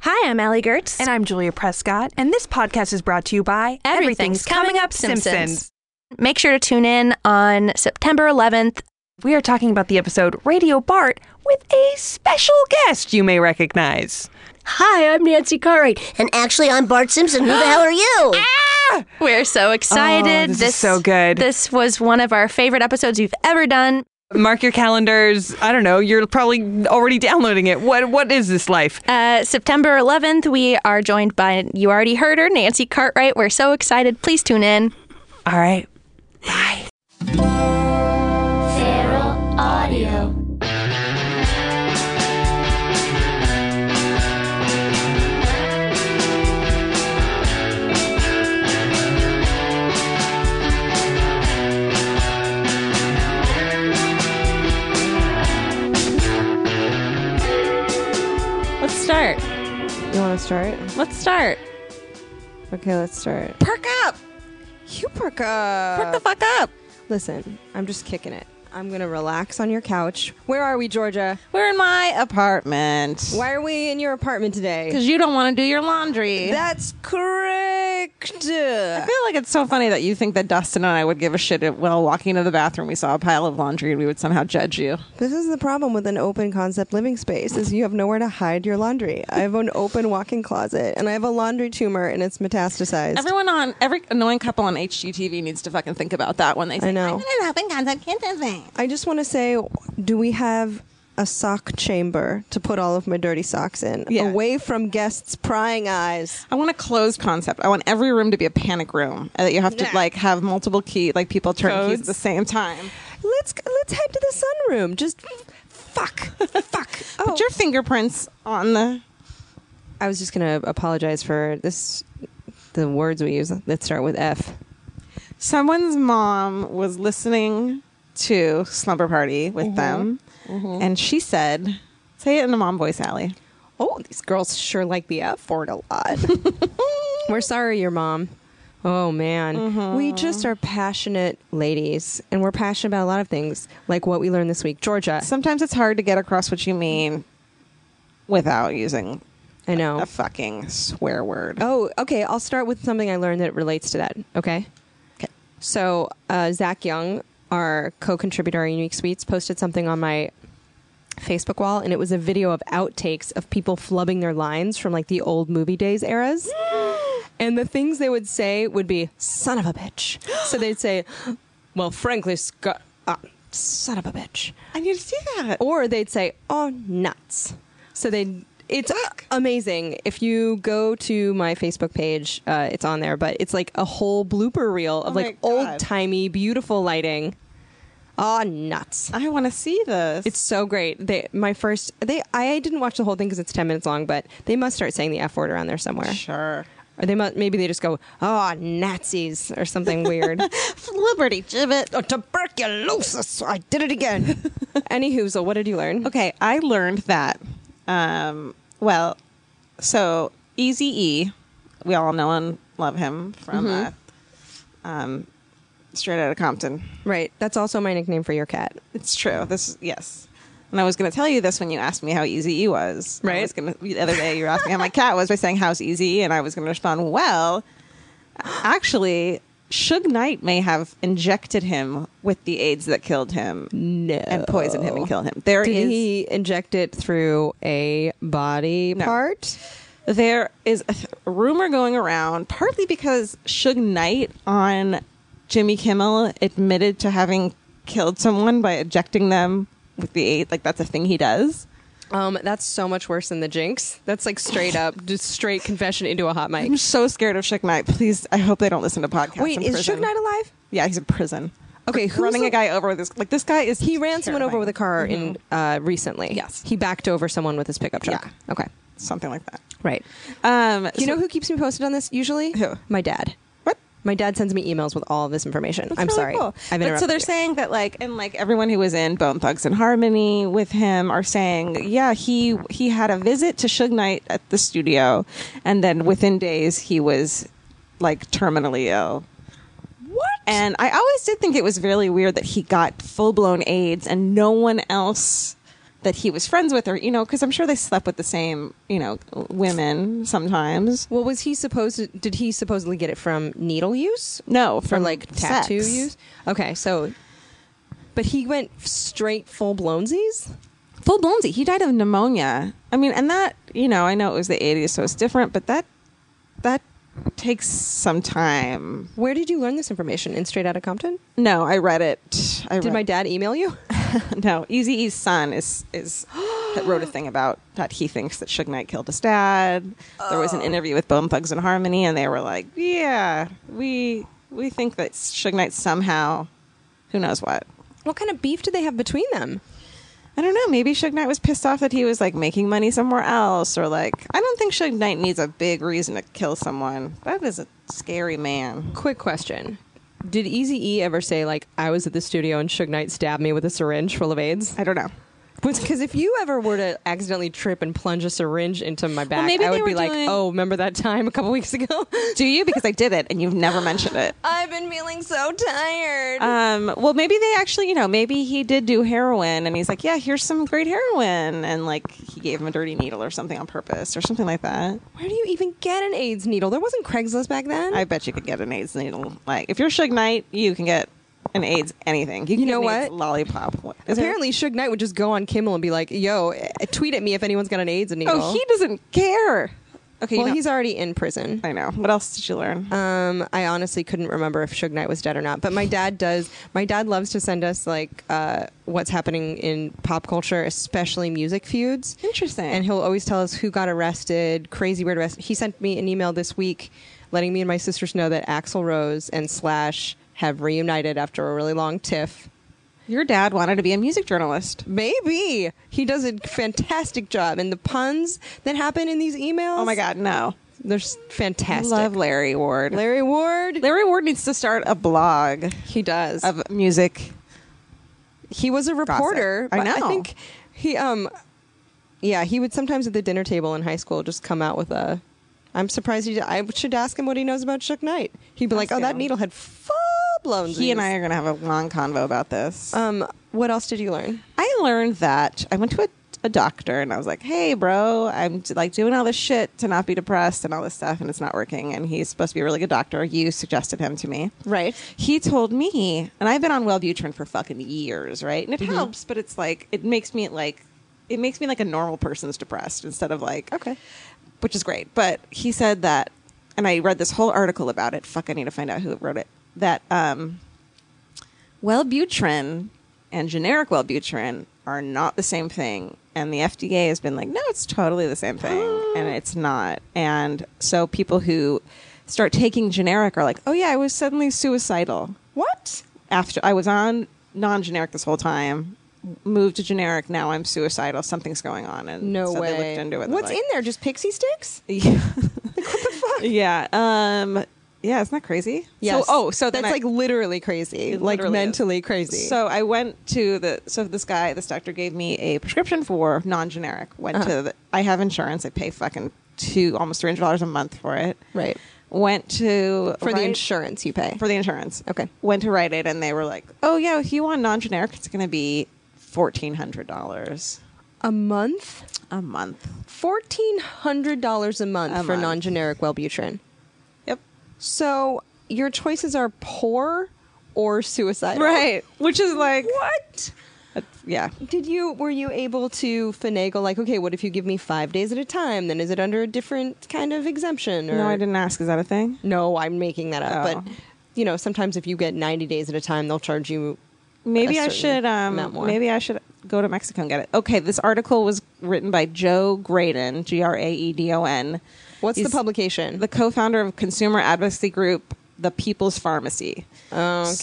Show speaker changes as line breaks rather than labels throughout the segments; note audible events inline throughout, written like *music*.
Hi, I'm Allie Gertz.
And I'm Julia Prescott, and this podcast is brought to you by
Everything's Coming Up Simpsons. make sure to tune in on September 11th.
We are talking about the episode Radio Bart with a special guest you may recognize.
Hi, I'm Nancy Cartwright. And actually, I'm Bart Simpson. Who the hell are you?
*gasps* Ah!
We're so excited.
Oh, this is so good.
This was one of our favorite episodes we've ever done.
Mark your calendars. I don't know. You're probably already downloading it. What What is this life?
Uh, September 11th, we are joined by, you already heard her, Nancy Cartwright. We're so excited. Please tune in.
All right.
Feral Audio.
Let's start.
You want to start?
Let's start.
Okay, let's start.
Perk up.
You perk
Perk the
up.
fuck up.
Listen, I'm just kicking it. I'm gonna relax on your couch. Where are we, Georgia?
We're in my apartment.
Why are we in your apartment today?
Because you don't want to do your laundry.
That's correct.
I feel like it's so funny that you think that Dustin and I would give a shit if, while walking to the bathroom, we saw a pile of laundry and we would somehow judge you.
This is the problem with an open concept living space: is you have nowhere to hide your laundry. I have an open walk-in closet, and I have a laundry tumor, and it's metastasized.
Everyone on every annoying couple on HGTV needs to fucking think about that when they say,
know.
"I'm in an open concept kitchen thing."
I just want to say, do we have a sock chamber to put all of my dirty socks in,
Yeah.
away from guests' prying eyes?
I want a closed concept. I want every room to be a panic room and that you have to like have multiple key, like people turn keys at the same time.
Let's let's head to the sunroom. Just fuck, *laughs* fuck. Oh,
Put your fingerprints on the
I was just gonna apologize for this. The words we use that start with F.
someone's mom was listening to Slumber Party with
Mm-hmm.
them, and she said, "Say it in a mom voice, Allie."
Oh, these girls sure like the F word a lot. *laughs* We're sorry, your mom. Oh man, we just are passionate ladies, and we're passionate about a lot of things, like what we learned this week. Georgia,
Sometimes it's hard to get across what you mean without using
I know.
a fucking swear word.
Oh, okay. I'll start with something I learned that relates to that. Okay.
Okay.
So uh, Zach Young, our co-contributor at Unique Suites, posted something on my Facebook wall, and it was a video of outtakes of people flubbing their lines from like the old movie days
*gasps*
eras. And the things they would say would be "son of a bitch." So they'd say, "Well, frankly, Scott, uh, son of a bitch,"
I need to see that.
or they'd say, "Oh, nuts." So they, it's amazing. If you go to my Facebook page, uh, it's on there, but it's like a whole blooper reel of
Oh
like
my God.
old timey, beautiful lighting. Oh, nuts!
I want to see this.
It's so great. They, my first, they, I didn't watch the whole thing because it's ten minutes long, but they must start saying the f word around there somewhere,
sure.
or they must, maybe they just go, "Oh, Nazis" or something
*laughs*
weird.
Liberty gibbet.
oh, tuberculosis! I did it again.
*laughs*
Anywhoozle, what did you learn?
Okay, I learned that. Um, well, so Easy E, we all know and love him from
Mm-hmm.
uh, um, Straight Outta Compton.
Right. That's also my nickname for your cat.
It's true. This yes. And I was going to tell you this when you asked me how easy E was. I
Right.
was gonna, the other day you were asking how my cat was by saying how's easy, E?" and I was going to respond, well, actually, Suge Knight may have injected him with the AIDS that killed him
No.
and poisoned him and killed him. There is.
Did he inject it through a body part?
there is a th- rumor going around, partly because Suge Knight on Jimmy Kimmel admitted to having killed someone by ejecting them with the eight. Like that's a thing he does.
Um, that's so much worse than the jinx. That's like straight *laughs* up, just straight confession into a hot mic.
I'm so scared of Suge Knight. Please, I hope they don't listen to podcasts.
Wait,
in
is
prison.
Suge Knight alive?
Yeah, he's in prison.
Okay,
Like,
who's
running
the-
a guy over with his like this guy is
He ran someone over
terrifying.
with a car in uh, recently.
Yes.
he backed over someone with his pickup truck.
Yeah.
Okay,
something like that.
right.
Um,
You know who keeps me posted on this usually?
Who?
My dad.
what?
My dad sends me emails with all of this information. I'm
really
sorry.
cool.
I've
but so
interrupted
they're
you.
saying that like and like everyone who was in Bone Thugs and Harmony with him are saying, yeah, he he had a visit to Suge Knight at the studio, and then within days he was like terminally ill. What? And I always did think it was really weird that he got full blown AIDS and no one else that he was friends with, or you know, because I'm sure they slept with the same you know women sometimes.
Well, was he supposed? To, did he supposedly get it from needle use?
No,
for
from
like tattoo
sex.
use. Okay, so, but he went straight full blownsies.
full blown he died of pneumonia i mean and that you know i know it was the 80s so it's different but that that takes some time
Where did you learn this information? In Straight Outta Compton?
no i read it i
Did my
read,
dad email you?
*laughs*
*laughs*
no easy e's son is is that wrote a thing about that he thinks that Suge Knight killed his dad there was an
Oh.
interview with bone thugs and harmony and they were like yeah we we think that Suge Knight somehow who knows what
What kind of beef did they have between them?
I don't know. Maybe Suge Knight was pissed off that he was like making money somewhere else, or like I don't think Suge Knight needs a big reason to kill someone. That is a scary man.
Quick question. Did Easy E ever say like I was at the studio and Suge Knight stabbed me with a syringe full of AIDS? *laughs*
I don't know.
Because if you ever were to accidentally trip and plunge a syringe into my back,
maybe
I
they
would
were
be like,
doing-
"Oh, remember that time a couple weeks ago?" *laughs*
Do you? Because I did it, and you've never mentioned it.
I've been feeling so tired.
Um, well, maybe they actually, you know, maybe he did do heroin, and he's like, yeah, here's some great heroin, and like he gave him a dirty needle or something on purpose or something like that.
Where do you even get an AIDS needle? There wasn't Craigslist back then.
I bet you could get an AIDS needle. Like if you're Suge Knight, you can get an AIDS anything. You, can
know
get an AIDS
what?
Lollipop. What- is there-
Apparently, Suge Knight would just go on Kimmel and be like, "Yo, eh, tweet at me if anyone's got an AIDS needle."
Oh, he doesn't care. Okay,
well,
you know-
he's already in prison.
I know. What else did you learn?
Um, I honestly couldn't remember if Suge Knight was dead or not, but my dad does. My dad loves to send us like uh, what's happening in pop culture, especially music feuds.
Interesting.
And he'll always tell us who got arrested, crazy weird arrest. He sent me an email this week, letting me and my sisters know that Axl Rose and Slash have reunited after a really long tiff.
Your dad wanted to be a music journalist.
Maybe he does a fantastic job, and the puns that happen in these emails.
Oh my God, no!
they're s-
I
fantastic.
love Larry Ward.
Larry Ward.
Larry Ward needs to start a blog
he does.
of music.
he was a reporter.
I
but
know.
I think he um yeah, he would sometimes at the dinner table in high school just come out with a I'm surprised he I should ask him what he knows about Shook Knight. He'd be like,
Ask
"Oh, that
him.
needle had full blown."
He and I are going to have a long convo about this.
um what else did you learn?
I learned that I went to a, a doctor and I was like, "Hey, bro, I'm d- like doing all this shit to not be depressed and all this stuff, and it's not working." And he's supposed to be a really good doctor. You suggested him to me,
Right.
He told me, and I've been on Wellbutrin for fucking years, right? And it
Mm-hmm.
helps, but it's like it makes me like it makes me like a normal person's depressed instead of like
Okay.
which is great. But he said that, and I read this whole article about it. Fuck, I need to find out who wrote it. That um, Wellbutrin and generic Wellbutrin are not the same thing. And the FDA has been like, no, it's totally the
*gasps*
same thing. and it's not. And so people who start taking generic are like, oh, yeah, I was suddenly suicidal. What? After I was on non generic this whole time, moved to generic, now I'm suicidal. Something's going on. And
No
so
way.
They looked into it. and they're
What's
like,
in there? Just pixie sticks?
*laughs*
*laughs*
yeah. Yeah. Um, yeah, isn't that crazy?
Yes.
So, oh, so then
that's
I-
like literally crazy. Like
literally is.
mentally crazy.
So I went to the so this guy, this doctor gave me a prescription for non-generic. Went to
Uh-huh.
the, I have insurance. I pay fucking two almost three hundred dollars a month for it.
Right.
Went to
for the
Rite-
insurance you pay.
for the insurance.
Okay.
Went to Rite Aid and they were like, "Oh yeah, if you want non-generic, it's going to be fourteen hundred dollars
a month?
a month."
fourteen hundred dollars a month
A
for
month.
non-generic Wellbutrin.
Yep.
So your choices are poor or suicidal.
Right. Which is like,
What?
yeah.
Did you were you able to finagle like okay, what if you give me five days at a time? Then is it under a different kind of exemption? Or
No, I didn't ask. Is that a thing?
No, I'm making that up.
Oh.
But you know, sometimes if you get ninety days at a time, they'll charge you.
Maybe
a
I
certain
should
amount
um
more.
maybe I should go to Mexico and get it. Okay, this article was written by Joe Graydon, G R A E D O N.
What's
He's
the publication?
The co-founder of consumer advocacy group The People's Pharmacy. So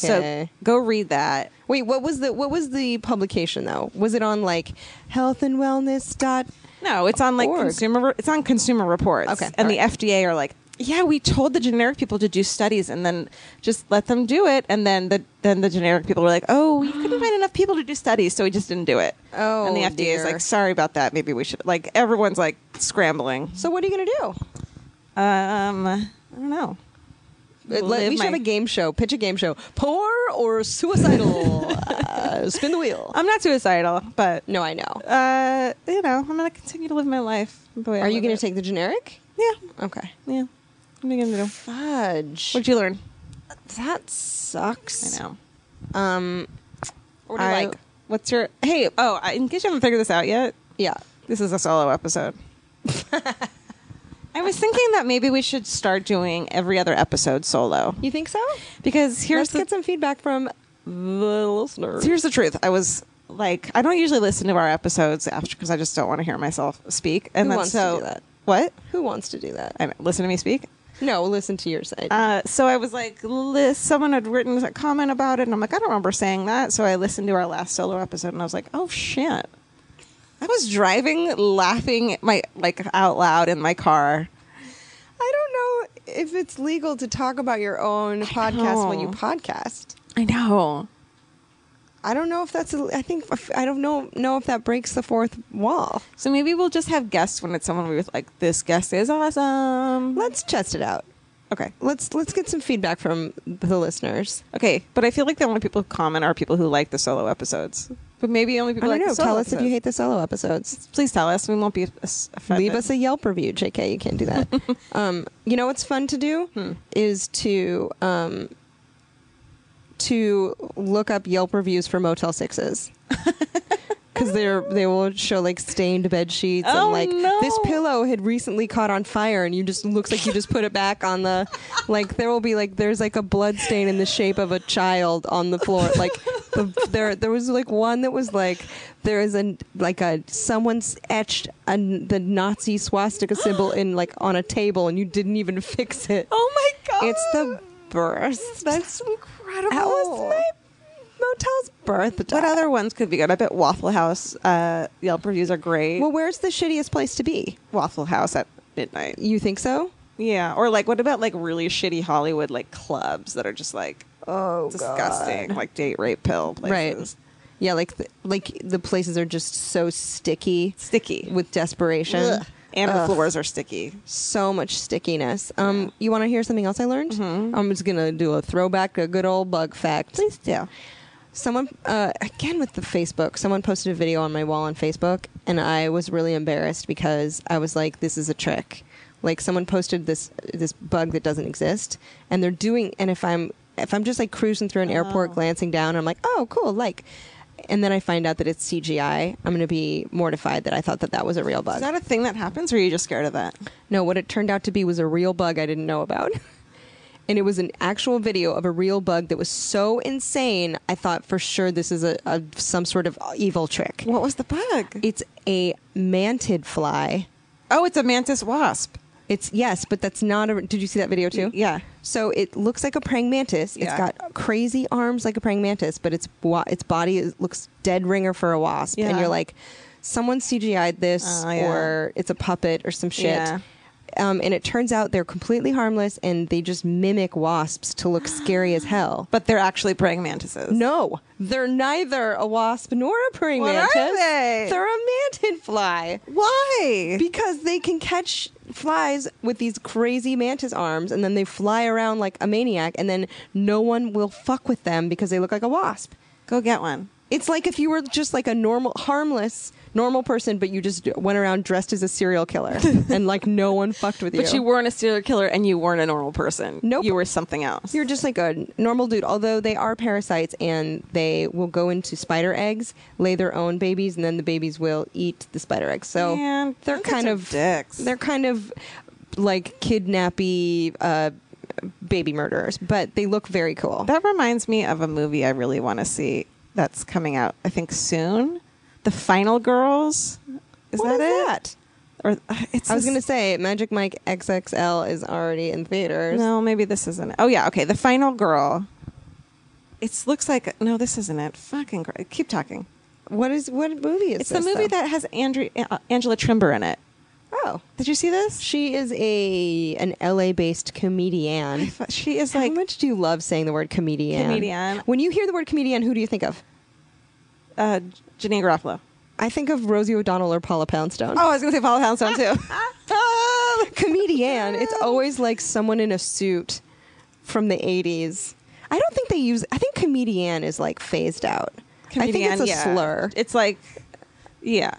Okay.
go read that.
Wait, what was the what was the publication though? Was it on like health and wellness dot?
No, it's on like
Org.
consumer it's on consumer reports.
Okay,
And
all
the FDA are like, "Yeah, we told the generic people to do studies and then just let them do it." And then the then the generic people were like, "Oh, we couldn't find enough people to do studies, so we just didn't do it."
Oh,
And the FDA is
dear.
like, "Sorry about that. Maybe we should." Like everyone's like scrambling.
So what are you gonna do?
Um, I don't know.
Let-
live
we should
my-
have a game show. Pitch a game show. Poor or suicidal? *laughs* uh, spin the wheel.
I'm not suicidal, but
no, I know.
uh, you know, I'm gonna continue to live my life. The way I
Are you
live
going
it.
to take the generic?
Yeah,
Okay.
yeah. What are you gonna do?
Fudge.
What'd you learn?
that sucks.
I know.
Um,
What do you
I-
like? What's your? Hey, oh, I- in case you haven't figured this out yet,
yeah.
this is a solo episode. *laughs* I was thinking that maybe we should start doing every other episode solo
You think so?
because here's
Let's
the
get some feedback from the listener.
here's the truth. I was like, I don't usually listen to our episodes after because I just don't want to hear myself speak. And
Who
then
wants to
so
do that?
what?
Who wants to do that?
I know, listen to me speak.
No, listen to your side.
Uh, so I was like, li- someone had written a comment about it, and I'm like, I don't remember saying that. So I listened to our last solo episode, and I was like, oh shit. I was driving, laughing my like out loud in my car.
I don't know if it's legal to talk about your own podcast when you
know.
podcast.
I know.
I don't know if that's. A, I think I don't know know if that breaks the fourth wall.
So maybe we'll just have guests when it's someone we was like, this guest is awesome.
Let's test it out.
okay.
Let's let's get some feedback from the listeners.
Okay, but I feel like the only people who comment are people who like the solo episodes. But maybe only
I
people
don't
like
know.
The solo
Tell us if you
episodes.
hate the solo episodes.
Please tell us. We won't be as- offended.
Leave us a Yelp review, JK. You can't do
*laughs*
that. um, you know what's fun to do
Hmm.
is to um, to look up Yelp reviews for Motel Sixes. Because they're they will show like stained bed sheets
Oh,
and like
no.
this pillow had recently caught on fire and you just looks like you just put it back on the like there will be like there's like a blood stain in the shape of a child on the floor like the, there there was like one that was like there is a like a someone's etched a, the Nazi swastika symbol in like on a table and you didn't even fix it.
Oh my god!
It's the burst.
that's incredible.
That was my motel's birthday.
Oh. What other ones could be good? I bet Waffle House uh, Yelp reviews are great.
Well, where's the shittiest place to be?
Waffle House at midnight.
You think so?
Yeah, or like what about like really shitty Hollywood like clubs that are just like
Oh,
disgusting, like date rape pill places.
Right. Yeah, like the, like the places are just so sticky
Sticky.
with desperation.
Ugh. And the floors are sticky.
So much stickiness. Um, you want to hear something else I learned? I'm just gonna do a throwback, a good old bug fact.
Mm-hmm. Please do.
Someone uh, again with the Facebook. Someone posted a video on my wall on Facebook, and I was really embarrassed because I was like, "This is a trick." Like someone posted this this bug that doesn't exist, and they're doing. And if I'm if I'm just like cruising through an airport, glancing down, I'm like, "Oh, cool!" Like, and then I find out that it's CGI. I'm gonna be mortified that I thought that that was a real bug.
Is that a thing that happens, or are you just scared of that?
No, what it turned out to be was a real bug I didn't know about. *laughs* And it was an actual video of a real bug that was so insane, I thought for sure this is a, a some sort of evil trick.
What was the bug?
It's a mantid fly.
E- Oh, it's a mantis wasp.
It's yes, but that's not a. Did you see that video too?
Yeah.
So it looks like a praying mantis.
Yeah.
It's got crazy arms like a praying mantis, but its wa- its body is, looks dead ringer for a wasp. And
Yeah.
you're like, someone CGI'd this,
Oh, yeah.
or it's a puppet or some shit.
Yeah.
Um, and it turns out they're completely harmless, and they just mimic wasps to look scary as hell.
But they're actually praying mantises.
No, they're neither a wasp nor a praying
What are
mantis.
they?
They're a mantid fly.
Why?
Because they can catch flies with these crazy mantis arms and then they fly around like a maniac and then no one will fuck with them because they look like a wasp.
Go get one.
It's like if you were just like a normal, harmless, normal person, but you just went around dressed as a serial killer
*laughs*
and like no one fucked with you.
But you weren't a serial killer and you weren't a normal person.
Nope.
You were something else.
You're just like a normal dude, although they are parasites and they will go into spider eggs, lay their own babies, and then the babies will eat the spider eggs. So
Man,
they're
monkeys
kind
are
of
dicks.
They're kind of like kidnappy uh, baby murderers, but they look very cool.
That reminds me of a movie I really want to see that's coming out, I think, soon. The Final Girls. Is
What is
that it?
that?
Or uh, it's
I was
this-
going to say Magic Mike XXL is already in theaters.
No, maybe this isn't. it. Oh yeah, okay. The Final Girl. It looks like no, this isn't it. Fucking gr- keep talking.
What is what movie is
It's
this,
the movie
though?
that has Andrew, uh, Angela Trimber in it.
Oh.
Did you see this?
She is a an LA-based comedian.
I thought- uh, She is like
How much do you love saying the word comedian?
Comedian.
When you hear the word comedian, who do you think of?
uh, Janine Garofalo.
I think of Rosie O'Donnell or Paula Poundstone.
Oh, I was gonna say Paula Poundstone too.
*laughs*
*laughs* Oh.
comedian. It's always like someone in a suit from the 80s. I don't think they use, I think comedian is like phased out. I think
Comedian,
it's a
yeah.
slur.
It's like, yeah,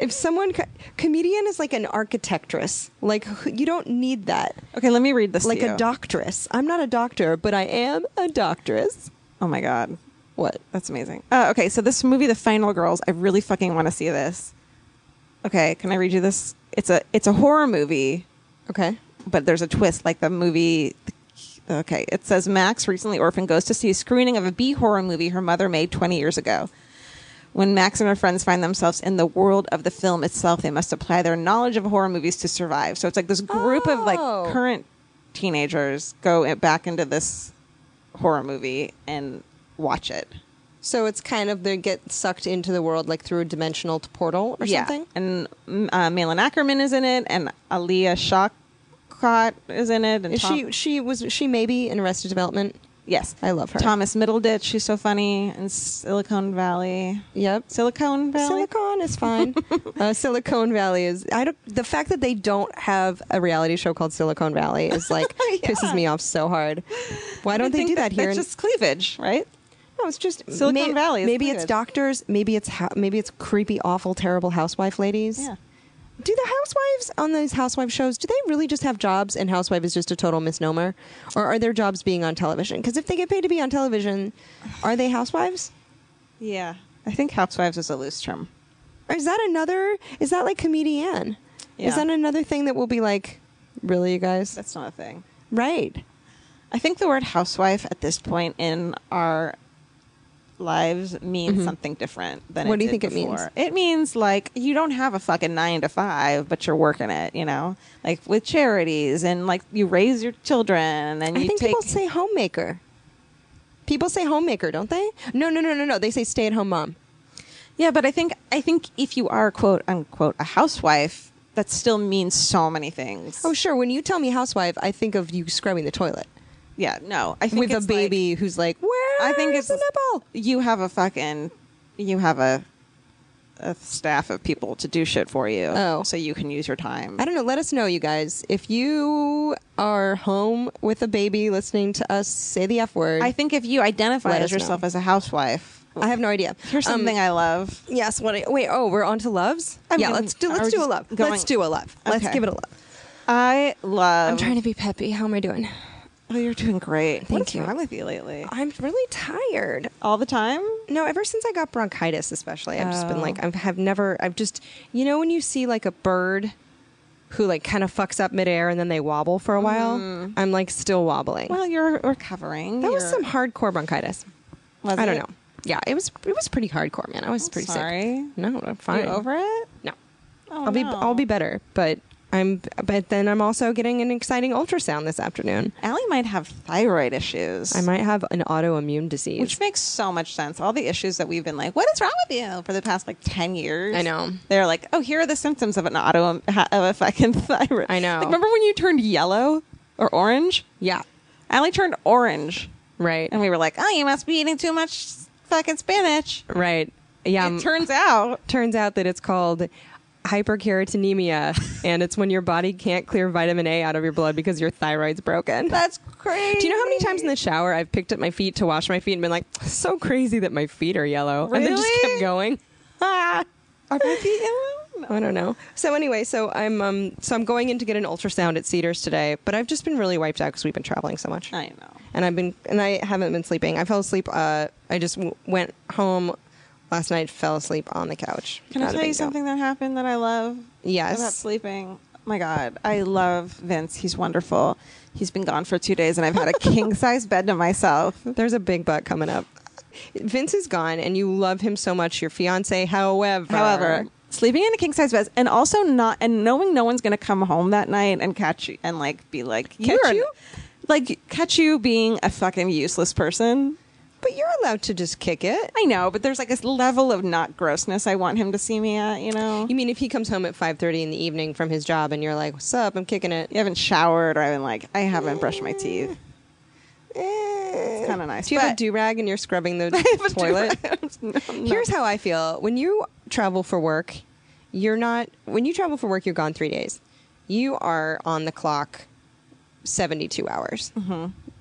If someone, co- comedian is like an architectress. Like, who- you don't need that.
okay. Let me read this. to
Like
you.
a doctress. I'm not a doctor, but I am a doctress.
Oh my god,
What?
that's amazing. Uh, okay, so this movie, The Final Girls, I really fucking want to see this. Okay, can I read you this? It's a it's a horror movie.
Okay.
but there's a twist like the movie okay it says max recently orphan goes to see a screening of a b horror movie her mother made 20 years ago when max and her friends find themselves in the world of the film itself they must apply their knowledge of horror movies to survive so it's like this group of like
Oh.
current teenagers go in- back into this horror movie and watch it
So it's kind of they get sucked into the world like through a dimensional t- portal or something.
and mm, uh, Malin Ackerman is in it, and Aaliyah Shawcott is in it. And
Is
Tom-
she she was she maybe in Arrested Development?
Yes,
I love her.
Thomas Middleditch, she's so funny, and Silicon Valley.
Yep.
Silicon Valley.
Silicon is
*laughs*
fine. uh, Silicon Valley is. I don't. The fact that they don't have a reality show called Silicon Valley is
*laughs*
like pisses me off so hard. Why don't they
think
do that, here?
That's
in-
just cleavage, right?
no, it's just
Silicon Valley is
Maybe
good.
it's doctors. Maybe it's ho- maybe it's creepy, awful, terrible housewife ladies.
Yeah.
Do the housewives on those housewife shows? Do they really just have jobs, and housewife is just a total misnomer, or are their jobs being on television? Because if they get paid to be on television, are they housewives?
Yeah, I think housewives is a loose term.
Or is that another? Is that like comedian?
Yeah.
Is that another thing that will be like, really, you guys?
That's not a thing.
right.
I think the word housewife at this point in our lives means something different than
Mm-hmm. What
it
do you
did
think it means?
before. It means like you don't have a fucking nine to five, but you're working it. You know, like with charities and like you raise your children and
I
you
think
take.
people say homemaker. People say homemaker, don't they? No, no, no, no, no. They say stay-at-home mom.
Yeah, but I think I think if you are quote unquote a housewife, that still means so many things.
Oh, sure. When you tell me housewife, I think of you scrubbing the toilet
yeah, no, I think
with a
it's
baby who's like, "Where?"
Like, I think it's
the nipple.
You have a fucking, you have a, a staff of people to do shit for you.
Oh.
so you can use your time.
I don't know. Let us know, you guys, if you are home with a baby listening to us say the f word.
I think if you identify
Let
as
us
yourself
know.
as a housewife,
I have no idea.
here's
Um,
something I love.
Yes. What? Wait. Oh, we're on to loves.
I
yeah.
mean,
Let's do.
are
Let's
we
do a
just
love.
going-
Let's do a love. Let's
Okay.
give it a love.
I love.
I'm trying to be peppy. How am I doing?
Oh, you're doing great.
Thank
What's
you.
wrong with you lately?
I'm really tired.
All the time.
No, ever since I got bronchitis, especially, I've just been
Oh.
like, I've have never. I've just, you know, when you see like a bird who like kind of fucks up midair and then they wobble for a while, I'm like still wobbling.
Mm. Well, you're recovering.
that was
You're-
some hardcore bronchitis.
Was
I don't
it?
know. Yeah, it was. It was pretty hardcore, man. I was pretty
sorry.
sick. No, I'm
You
fine.
over it?
No.
Oh,
I'll be
no.
I'll be better, but I'm but then I'm also getting an exciting ultrasound this afternoon.
Allie might have thyroid issues.
I might have an autoimmune disease.
Which makes so much sense. All the issues that we've been like, what is wrong with you for the past like 10 years?
I know.
They're like, oh, here are the symptoms of an auto, of a fucking *laughs* thyroid.
I know.
Like, remember when you turned yellow or orange?
yeah,
Allie turned orange.
right.
And we were like, oh, you must be eating too much fucking spinach.
right. Yeah. um,
it turns out.
turns out that it's called
*laughs*
hyperkeratinemia and it's when your body can't clear vitamin A out of your blood because your thyroid's broken.
That's crazy.
Do you know how many times in the shower I've picked up my feet to wash my feet and been like, so crazy that my feet are yellow? And then just
Really?
kept going. Ah.
Are my feet yellow?
*laughs* I don't know. So anyway, so I'm um so I'm going in to get an ultrasound at Cedars today, but I've just been really wiped out because we've been traveling so much.
I know.
And I've been and I haven't been sleeping. I fell asleep. Uh, I just w- went home last night. Fell asleep on the couch.
Can I
Not a
tell you
big deal.
something that happened that I love?
Yes.
About sleeping. My God, I love Vince. He's wonderful. He's been gone for two days, and I've
*laughs*
had a king size bed to myself.
There's a big butt coming up. Vince is gone, and you love him so much. Your fiance, however,
However, sleeping in a king size bed, and also not, and knowing no one's going to come home that night and catch you, and like be like,
Catch
"You're an-"
you?
like catch you being a fucking useless person.
but you're allowed to just kick it.
I know, but there's like this level of not grossness I want him to see me at. You know,
You mean if he comes home at five thirty in the evening from his job, and you're like, "What's up? I'm kicking it."
you haven't showered, or I haven't like, I haven't brushed my teeth.
It's
kinda nice,
Eh. Do you have a
but-
do rag and you're scrubbing
*laughs*
the toilet? Here's how I feel when you travel for work. You're not when you travel for work. You're
Mm-hmm.
gone three days. You are on the clock, seventy-two hours.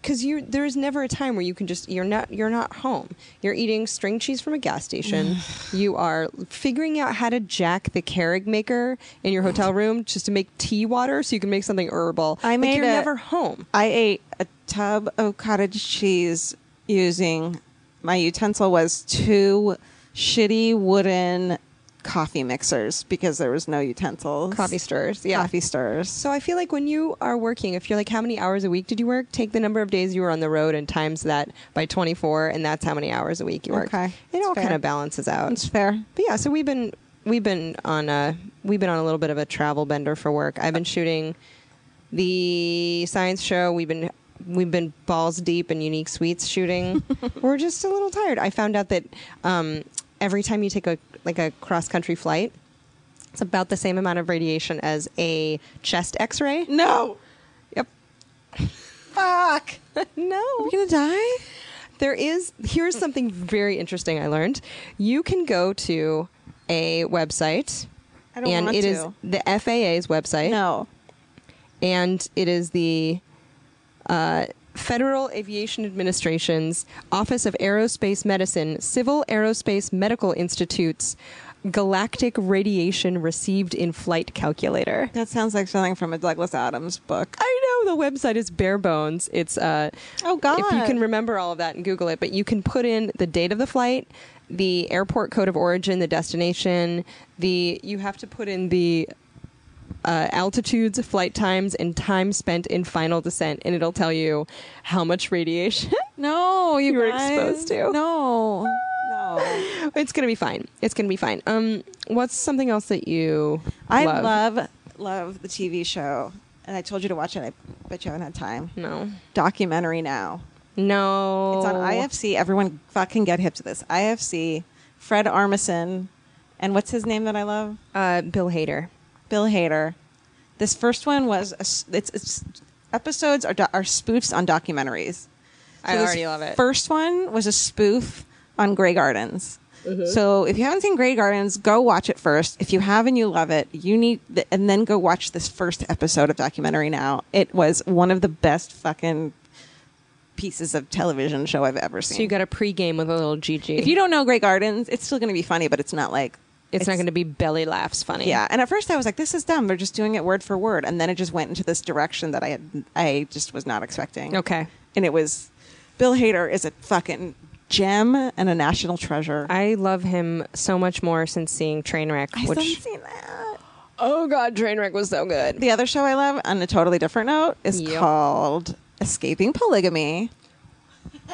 because you there is never a time where you can just you're not you're not home. You're eating string cheese from a gas
*sighs*
station. you are figuring out how to jack the Keurig maker in your hotel room just to make tea water so you can make something herbal.
I made
like, you're
a-
never home.
I ate a tub of cottage cheese using my utensil was two shitty wooden coffee mixers because there was no utensils.
Coffee stirs, yeah.
Coffee stirs.
So I feel like when you are working, if you're like, how many hours a week did you work? Take the number of days you were on the road and times that by 24, and that's how many hours a week you work.
Okay.
it
That's
all
fair.
kind of balances out.
It's fair.
But yeah, so we've been we've been on a we've been on a little bit of a travel bender for work. I've been shooting the science show. We've been we've been balls deep in unique suites
*laughs*
shooting. We're just a little tired. I found out that um, every time you take a like a cross country flight, it's about the same amount of radiation as a chest X ray.
No.
Yep. Fuck. *laughs* no. Are we gonna die? There is. Here's something very interesting I learned. You can go to a website,
I don't
and
want
it is
to.
the FAA's website,
No.
and it is the uh, Federal Aviation Administration's Office of Aerospace Medicine, Civil Aerospace Medical Institute's Galactic Radiation Received in Flight Calculator.
That sounds like something from a Douglas Adams book.
I know the website is bare bones. It's uh
Oh, God.
If you can remember all of that and Google it, but you can put in the date of the flight, the airport code of origin, the destination, the you have to put in the uh, altitudes, flight times, and time spent in final descent, and it'll tell you how much radiation. *laughs*
No, you,
You were
guys.
exposed to.
No. No.
it's gonna be fine. It's gonna be fine. Um, what's something else that you
I
love?
love love the TV show, and I told you to watch it. I bet you haven't had time.
no,
Documentary now.
no.
It's on IFC. Everyone fucking get hip to this. IFC. Fred Armisen, and what's his name that I love?
Uh, Bill Hader.
Bill Hader. This first one was a s it's, it's episodes are do, are spoofs on documentaries.
I
this
already love it.
First one was a spoof on Grey Gardens.
Mm-hmm.
So if you haven't seen Grey Gardens, go watch it first. If you have and you love it, you need th- and then go watch this first episode of documentary now. It was one of the best fucking pieces of television show I've ever seen.
So you got a pregame with a little GG.
if you don't know Grey Gardens, it's still going to be funny, but it's not like
it's, not going to be belly laughs funny.
yeah, and at first I was like, "This is dumb. They're just doing it word for word," and then it just went into this direction that I had, I just was not expecting.
Okay.
and it was Bill Hader is a fucking gem and a national treasure.
I love him so much more since seeing Trainwreck,
I still haven't
which
seen that.
oh god, Trainwreck was so good.
The other show I love, on a totally different note, is
Yep.
called Escaping Polygamy.
*laughs*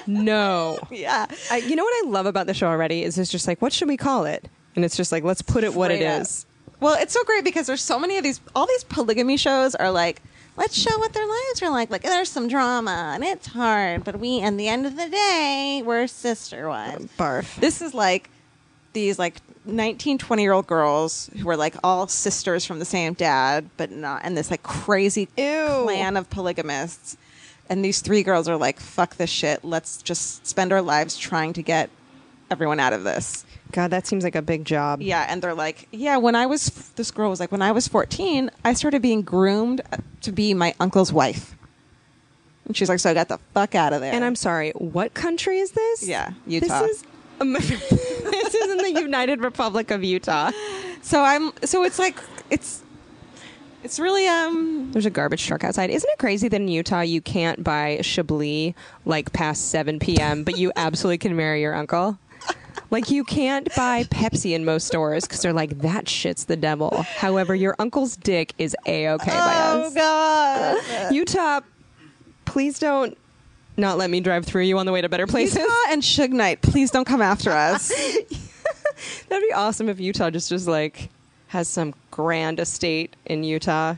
No,
Yeah,
I, you know what I love about the show already is it's just like, what should we call it? And it's just like, let's put it what it
Straight up.
is.
Well, it's so great because there's so many of these. All these polygamy shows are like, let's show what their lives are like. Like there's some drama and it's hard, but we, at the end of the day, we're sister wives.
Barf.
This is like these like 19, 20 year old girls who are like all sisters from the same dad, but not, and this like crazy clan of polygamists. And these three girls are like, fuck this shit. Let's just spend our lives trying to get everyone out of this.
God, that seems like a big job.
Yeah, and they're like, yeah, when I was, this girl was like, when I was 14, I started being groomed uh, to be my uncle's wife. And she's like, so I got the fuck out of there.
And I'm sorry, what country is this?
Yeah, Utah.
This is. um, *laughs* this is in the United Republic of Utah.
so I'm, so it's like, it's, it's really, um,
There's a garbage truck outside. Isn't it crazy that in Utah you can't buy Chablis like past 7 p.m., but you absolutely can marry your uncle? Like you can't buy Pepsi in most stores because they're like that shit's the devil. However, your uncle's dick is a okay by us.
Oh, God.
Utah, please don't not let me drive through you on the way to better places.
Utah and Suge Knight, please don't come *laughs* after us.
*laughs* That'd be awesome if Utah just was like has some grand estate in Utah.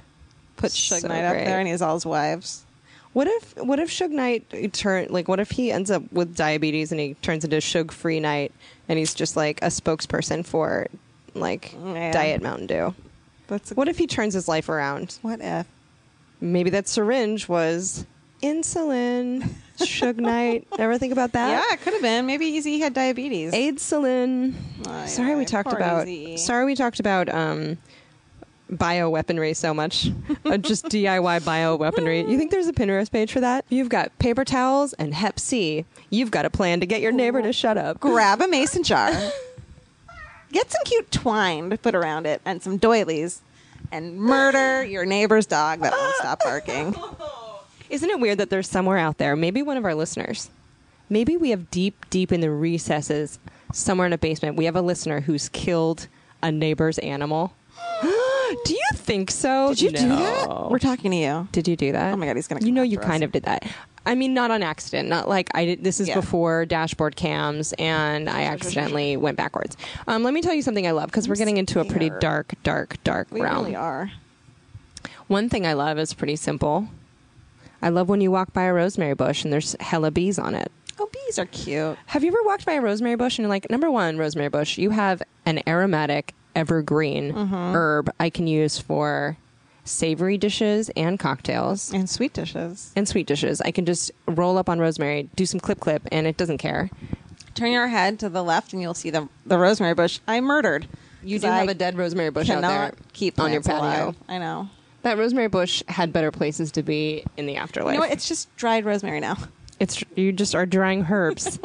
Put Suge
So
Knight up
great.
there and he's all his wives.
What if what if Suge Knight turn like what if he ends up with diabetes and he turns into Suge Free Knight and he's just like a spokesperson for like
Yeah.
Diet Mountain Dew?
That's a,
What if he turns his life around?
What if?
Maybe that syringe was
*laughs*
insulin. Suge Knight. Ever think about
Yeah,
that?
it could have been. Maybe Easy had diabetes.
AIDS Salin.
Aye,
sorry,
aye,
we talked
poor
about.
Izzy.
Sorry, we talked about um, bioweaponry so much. Uh,
*laughs*
just DIY bioweaponry. You think there's a Pinterest page for that? You've got paper towels and Hep C. You've got a plan to get your neighbor to shut up.
Grab a mason *laughs* jar. Get some cute twine to put around it and some doilies and murder your neighbor's dog that won't stop barking.
Isn't it weird that there's somewhere out there, maybe one of our listeners, maybe we have deep, deep in the recesses, somewhere in a basement, we have a listener who's killed a neighbor's animal? *gasps* do you think so?
Did you *laughs* do that? We're talking to you.
Did you do that?
Oh my God, he's gonna
You
come
know, you
after us.
kind of did that. I mean, not on accident. Not like I did. This is
Yeah.
before dashboard cams, and I accidentally went backwards. Um, let me tell you something I love because we're getting into a pretty
scared.
dark, dark, dark
We
realm.
really are.
One thing I love is pretty simple. I love when you walk by a rosemary bush and there's hella bees on it.
Oh, bees are cute.
Have you ever walked by a rosemary bush and you're like, number one, rosemary bush, you have an aromatic evergreen
Mm-hmm.
herb I can use for savory dishes and cocktails
And sweet dishes.
and sweet dishes. I can just roll up on rosemary, do some clip clip, and it doesn't care.
Turn your head to the left and you'll see the, the rosemary bush I murdered.
You
'Cause
do have
I
a dead rosemary bush out
cannot
there
keep
on your
plants
patio.
alive. I know.
That rosemary bush had better places to be in the afterlife.
You know what? It's just dried rosemary now.
It's you just are drying
*laughs*
herbs,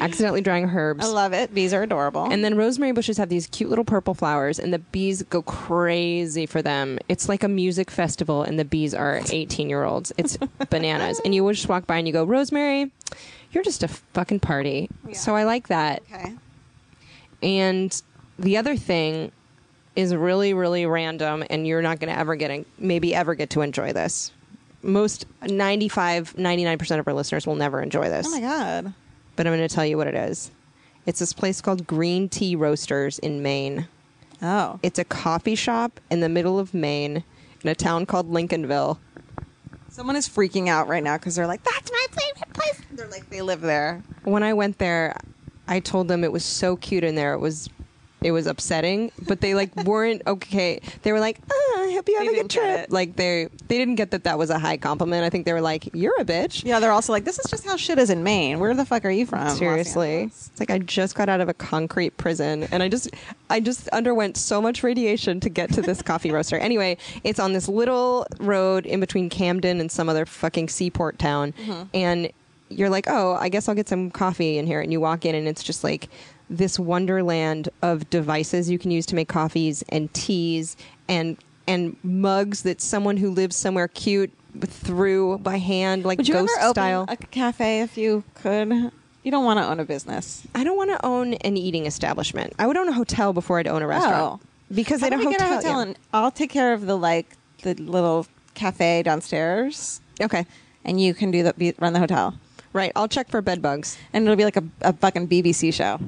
accidentally drying herbs.
I love it. Bees are adorable.
And then rosemary bushes have these cute little purple flowers, and the bees go crazy for them. It's like a music festival, and the bees are 18 year olds.
*laughs*
It's bananas. And you will just walk by and you go, Rosemary, you're just a fucking party. So I like that.
okay.
And the other thing is really, really random, and you're not going to ever get, in, maybe ever get to enjoy this. Most 95, 99% of our listeners will never enjoy this
Oh my god.
but I'm going to tell you what it is. It's this place called Green Tea Roasters in Maine.
Oh.
It's a coffee shop in the middle of Maine in a town called Lincolnville.
Someone is freaking out right now because they're like, "That's my favorite place." They're like, they live there.
When I went there, I told them it was so cute in there. It was it was upsetting, but they
*laughs*
like weren't okay. They were like, "Ah, I hope you have a
didn't
good
get
trip."
it.
Like they they didn't get that that was a high compliment. I think they were like, "You're a bitch."
Yeah, they're also like, "This is just how shit is in Maine. Where the fuck are you from?" Um, Los
Seriously.
Angeles.
It's like I just got out of a concrete prison and I just I just underwent so much radiation to get to this coffee roaster. *laughs* Anyway, it's on this little road in between Camden and some other fucking seaport town
Mm-hmm.
and you're like, "Oh, I guess I'll get some coffee in here." And you walk in and it's just like this wonderland of devices you can use to make coffees and teas and and mugs that someone who lives somewhere cute threw by hand like
Would you
ghost
ever open
style.
a cafe if you could? You don't want to own a business.
I don't want to own an eating establishment. I would own a hotel before I'd own a restaurant. Because
How
they
about
don't
we
hotel.
get a hotel
yeah.
and I'll take care of the like the little cafe downstairs,
okay.
and you can do the be, run the hotel,
Right. I'll check for bed bugs.
and it'll be like a, a fucking BBC show.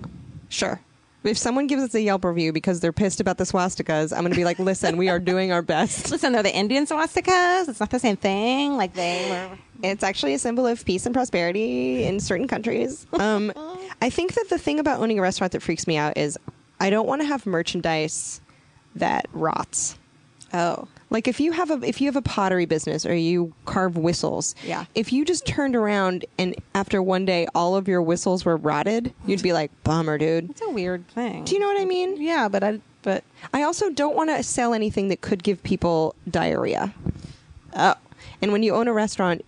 Sure. If someone gives us a Yelp review because they're pissed about the swastikas, I'm going to be like, listen, we are doing our best.
Listen, they're the Indian swastikas. It's not the same thing. Like they were.
*laughs* It's actually a symbol of peace and prosperity in certain countries. *laughs* Um, I think that the thing about owning a restaurant that freaks me out is I don't want to have merchandise that rots.
Oh,
Like if you have a if you have a pottery business or you carve whistles,
Yeah.
If you just turned around and after one day all of your whistles were rotted, you'd be like, bummer, dude.
it's a weird thing.
Do you know what I mean?
Yeah, but I but
I also don't want to sell anything that could give people diarrhea.
oh
And when you own a restaurant,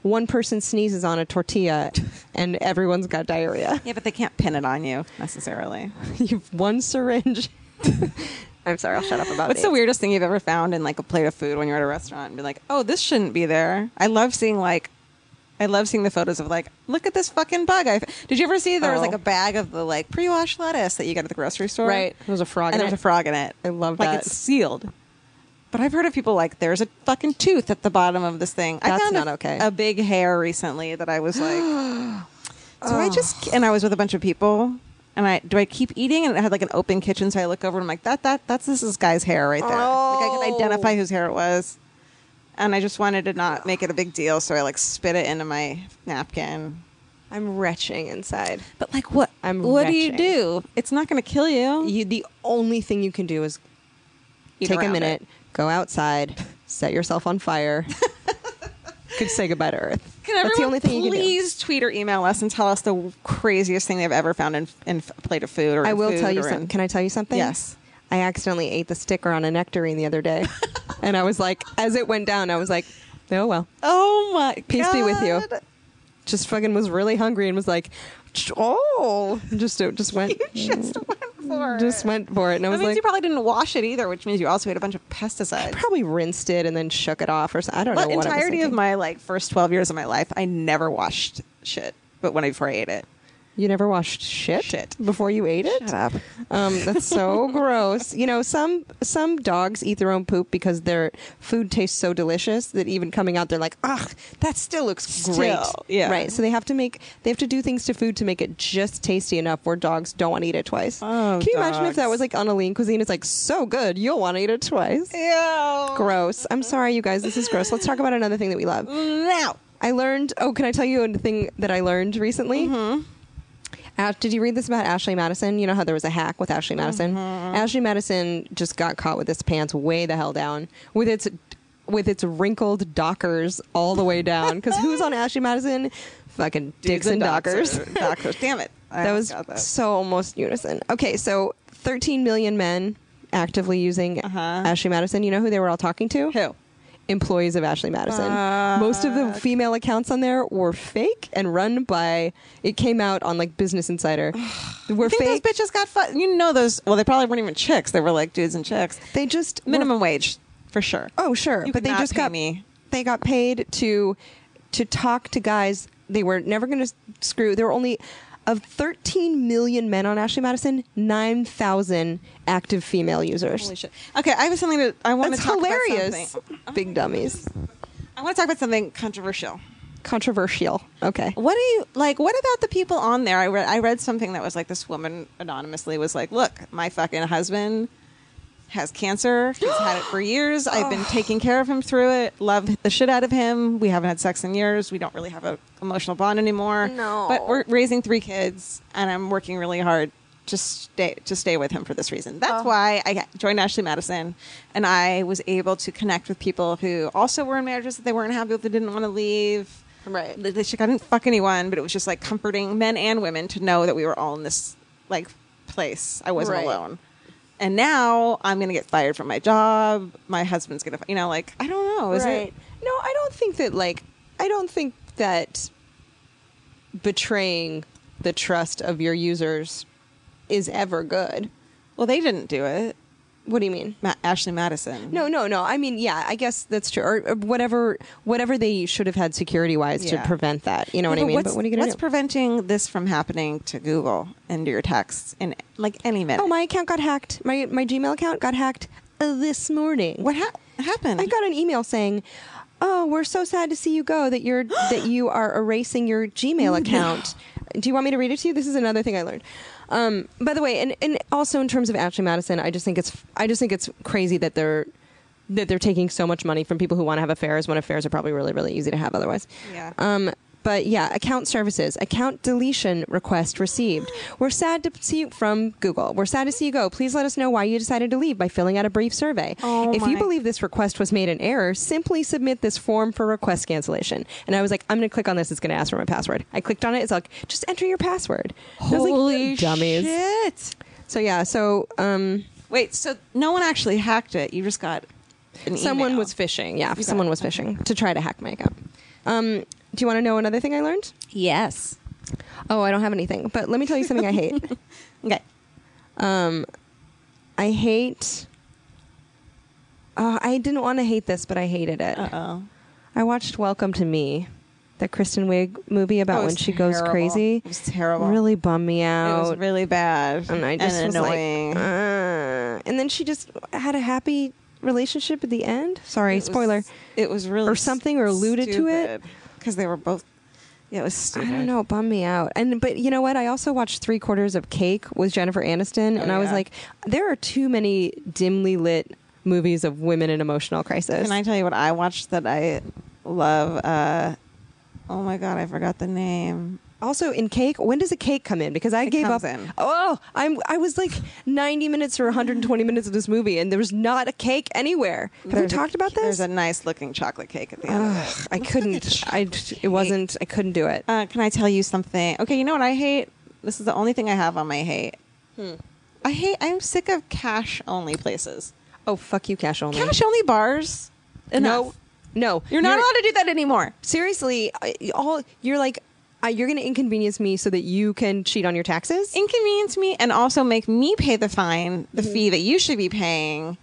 one person sneezes on a tortilla and everyone's got *laughs* diarrhea.
yeah, but they can't pin it on you necessarily.
You've one syringe. I'm sorry, I'll shut up about
What's
it.
the weirdest thing you've ever found in like a plate of food when you're at a restaurant and be like, oh, this shouldn't be there? I love seeing like, I love seeing the photos of like, look at this fucking bug. I did you ever see there was
Oh.
like a bag of the like pre-washed lettuce that you get at the grocery store?
Right. There was a frog
And
in
there was
it.
a frog in it.
I love
like
that.
it's sealed. But I've heard of people like there's a fucking tooth at the bottom of this thing. I
That's
found
not
a,
okay.
a big hair recently that I was like, so *gasps* I just and I was with a bunch of people. And I do I keep eating? And it had like an open kitchen, so I look over and I'm like, that that that's this is guy's hair right there. Like I could identify whose hair it was. And I just wanted to not make it a big deal, so I like spit it into my napkin.
I'm retching inside.
But like what?
I'm
what do you
retching.
do? It's not going to kill you.
you, the only thing you can do is
Eat
take a
around
minute,
it.
go outside, set yourself on
*laughs*
fire. Could say goodbye to Earth.
Can
That's
everyone
the only thing you can do.
please tweet or email us and tell us the craziest thing they've ever found in, in a plate of food? Or
I
in
will
food
tell you
or in-
something. Can I tell you something?
Yes.
I accidentally ate the sticker on a nectarine the other
*laughs*
day, and I was like, as it went down, I was like, oh well,
Oh my
peace be with you.
God. *laughs*
Just fucking was really hungry and was like, oh, and just it just
*laughs*
went,
Just went for
just
it.
went for it, and I
That
was
means
like,
you probably didn't wash it either, which means you also ate a bunch of pesticides.
probably rinsed it and then shook it off or something. I don't
The
know. What I was
entirety of
thinking.
my like first twelve years of my life, I never washed shit. But when I before I ate it,
You never washed shit,
Shit.
before you ate it.
Shut up.
Um, that's
*laughs*
so gross. You know, some some dogs eat their own poop because their food tastes so delicious that even coming out, they're like, "Ugh, that still looks great."
Still, yeah.
Right. So they have to make they have to do things to food to make it just tasty enough where dogs don't want to eat it twice.
Oh,
Can you imagine if that
dogs.
was like on a lean cuisine? It's like so good, you'll want to eat it twice.
Ew.
Gross. I'm sorry, you guys. This is gross. Let's talk about another thing that we love.
Now,
I learned. Oh, can I tell you a thing that I learned recently? Ash, did you read this about Ashley Madison? You know how there was a hack with Ashley Madison. Ashley Madison just got caught with its pants way the hell down with its with its wrinkled Dockers all the way down. Because who's on Ashley Madison? Fucking dicks and *laughs* Dockers.
*laughs* Dockers. Damn it. I
that
almost
was
got
so almost unison. Okay, so 13 million men actively using Ashley Madison. You know who they were all talking to?
Uh-huh. Who?
Employees of Ashley Madison. Most of the female accounts on there were fake and run by. It came out on like Business Insider. were
I
fake.
think those bitches got fu- You know those. Well, they probably weren't even chicks. They were like dudes and chicks.
they just were-
Minimum wage, for sure.
oh sure,
You
but they
cannot
just
pay
got
me.
They got paid to to talk to guys. They were never going to screw. There were only of 13 million men on Ashley Madison, 9,000 active female users.
Holy shit. Okay, I have something that I want
That's
to talk about.
hilarious.
something. Oh.
Big dummies.
I want to talk about something controversial.
Controversial. Okay.
What do you like? What about the people on there? I read. I read something that was like this woman anonymously was like, "Look, my fucking husband has cancer.
*gasps*
He's had it for years. I've
Oh.
been taking care of him through it. Love the shit out of him. We haven't had sex in years. We don't really have a emotional bond anymore.
No.
but we're raising three kids, and I'm working really hard." To stay to stay with him for this reason. That's
Oh.
why I joined Ashley Madison, and I was able to connect with people who also were in marriages that they weren't happy with, they didn't want to leave,
Right.
the- the chick, I didn't fuck anyone, but it was just like comforting men and women to know that we were all in this like place. I wasn't
Right.
alone. And now I'm gonna get fired from my job. My husband's gonna, fi- you know, like I don't know. Is
right. No, I don't think that like I don't think that betraying the trust of your users is ever good.
it? Well, they didn't do it.
What do you mean?
Ma- Ashley Madison.
No, no, no. I mean, yeah, I guess that's true. Or, or whatever whatever they should have had security wise
Yeah.
to prevent that. You know what I
Yeah,
mean?
What's,
But what are you gonna
what's
do?
preventing this from happening to Google and to your texts in like any minute?
oh, my account got hacked. My my Gmail account got hacked uh, this morning.
What ha- happened?
I got an email saying, "Oh, we're so sad to see you go. That
*gasps*
you're that you are erasing your
Mm,
Gmail account. Do you want me to read it to you? This is another thing I learned. Um, by the way, and and also in terms of Ashley Madison, I just think it's I just think it's crazy that they're that they're taking so much money from people who want to have affairs when affairs are probably really really easy to have otherwise.
Yeah.
Um, but yeah, account services, account deletion request
*gasps*
received. We're sad to see you from Google. We're sad to see you go. Please let us know why you decided to leave by filling out a brief survey.
Oh,
if you
my
believe this request was made in error, simply submit this form for request cancellation. And I was like, I'm going to click on this. It's going to ask for my password. I clicked on it. It's like, just enter your password. I was like,
Holy
"You dummies.
shit!
So yeah, so um,
Wait, so no one actually hacked it. You just got an
someone
email.
was phishing. Yeah,
got
someone
it.
was phishing to try to hack my account. Um, do you want to know another thing I learned?
yes.
Oh, I don't have anything. But let me tell you something I
*laughs*
hate.
Okay.
Um, I hate. Uh, I didn't want to hate this, but I hated it.
Uh oh.
I watched Welcome to Me, that Kristen Wiig movie about
Oh, it
when
was
she goes
terrible.
crazy.
It was terrible.
Really bummed me
It
out.
was really bad
and I just was
annoying.
like, uh, "Ugh." and then she just had a happy relationship at the end. Sorry,
It was-
spoiler.
It was really
or something, or alluded to it.
because they were both. Yeah, it was stupid.
I don't know, it bummed me out. And but you know what? I also watched three quarters of Cake with Jennifer Aniston, and I was
Oh, yeah.
like, there are too many dimly lit movies of women in emotional crisis.
Can I tell you what I watched that I love? Uh, oh my god, I forgot the name.
also, in Cake, when does a cake come in? Because I gave
comes
up.
in.
Oh, I'm I was like 90 minutes or 120 minutes of this movie, and there was not a cake anywhere. Have
There's
we
a-
talked about this?
There's a nice looking chocolate cake at the end. of it.
Ugh, I couldn't. I just- it wasn't. I couldn't do it. Hmm.
Uh, can I tell you something? Okay, you know what I hate? This is the only thing I have on my hate. I hate. I'm sick of cash only places.
Oh, fuck you, cash only.
Cash only bars.
No,
Enough.
no,
You're not allowed to do that anymore.
Seriously, I- all you're like, uh, you're going to inconvenience me so that you can cheat on your taxes.
Inconvenience me and also make me pay the fine,
Hmm.
the fee that you should be paying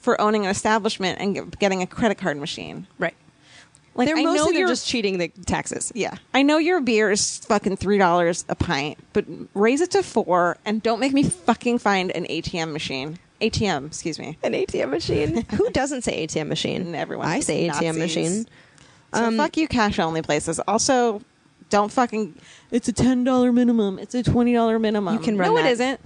for owning an establishment and get, getting a credit card machine.
right.
Like
they're
I know
mostly they're
you're
just cheating the taxes.
yeah. I know your beer is fucking three dollars a pint, but raise it to four and don't make me fucking find an ATM machine. ATM, excuse me.
An ATM machine.
*laughs*
Who doesn't say ATM machine?
And everyone
I
says
say ATM
Nazis.
machine. Um,
So fuck you, cash only places. Also, don't fucking. It's a ten dollar minimum. It's a twenty dollar minimum.
You can run
No,
that.
it isn't.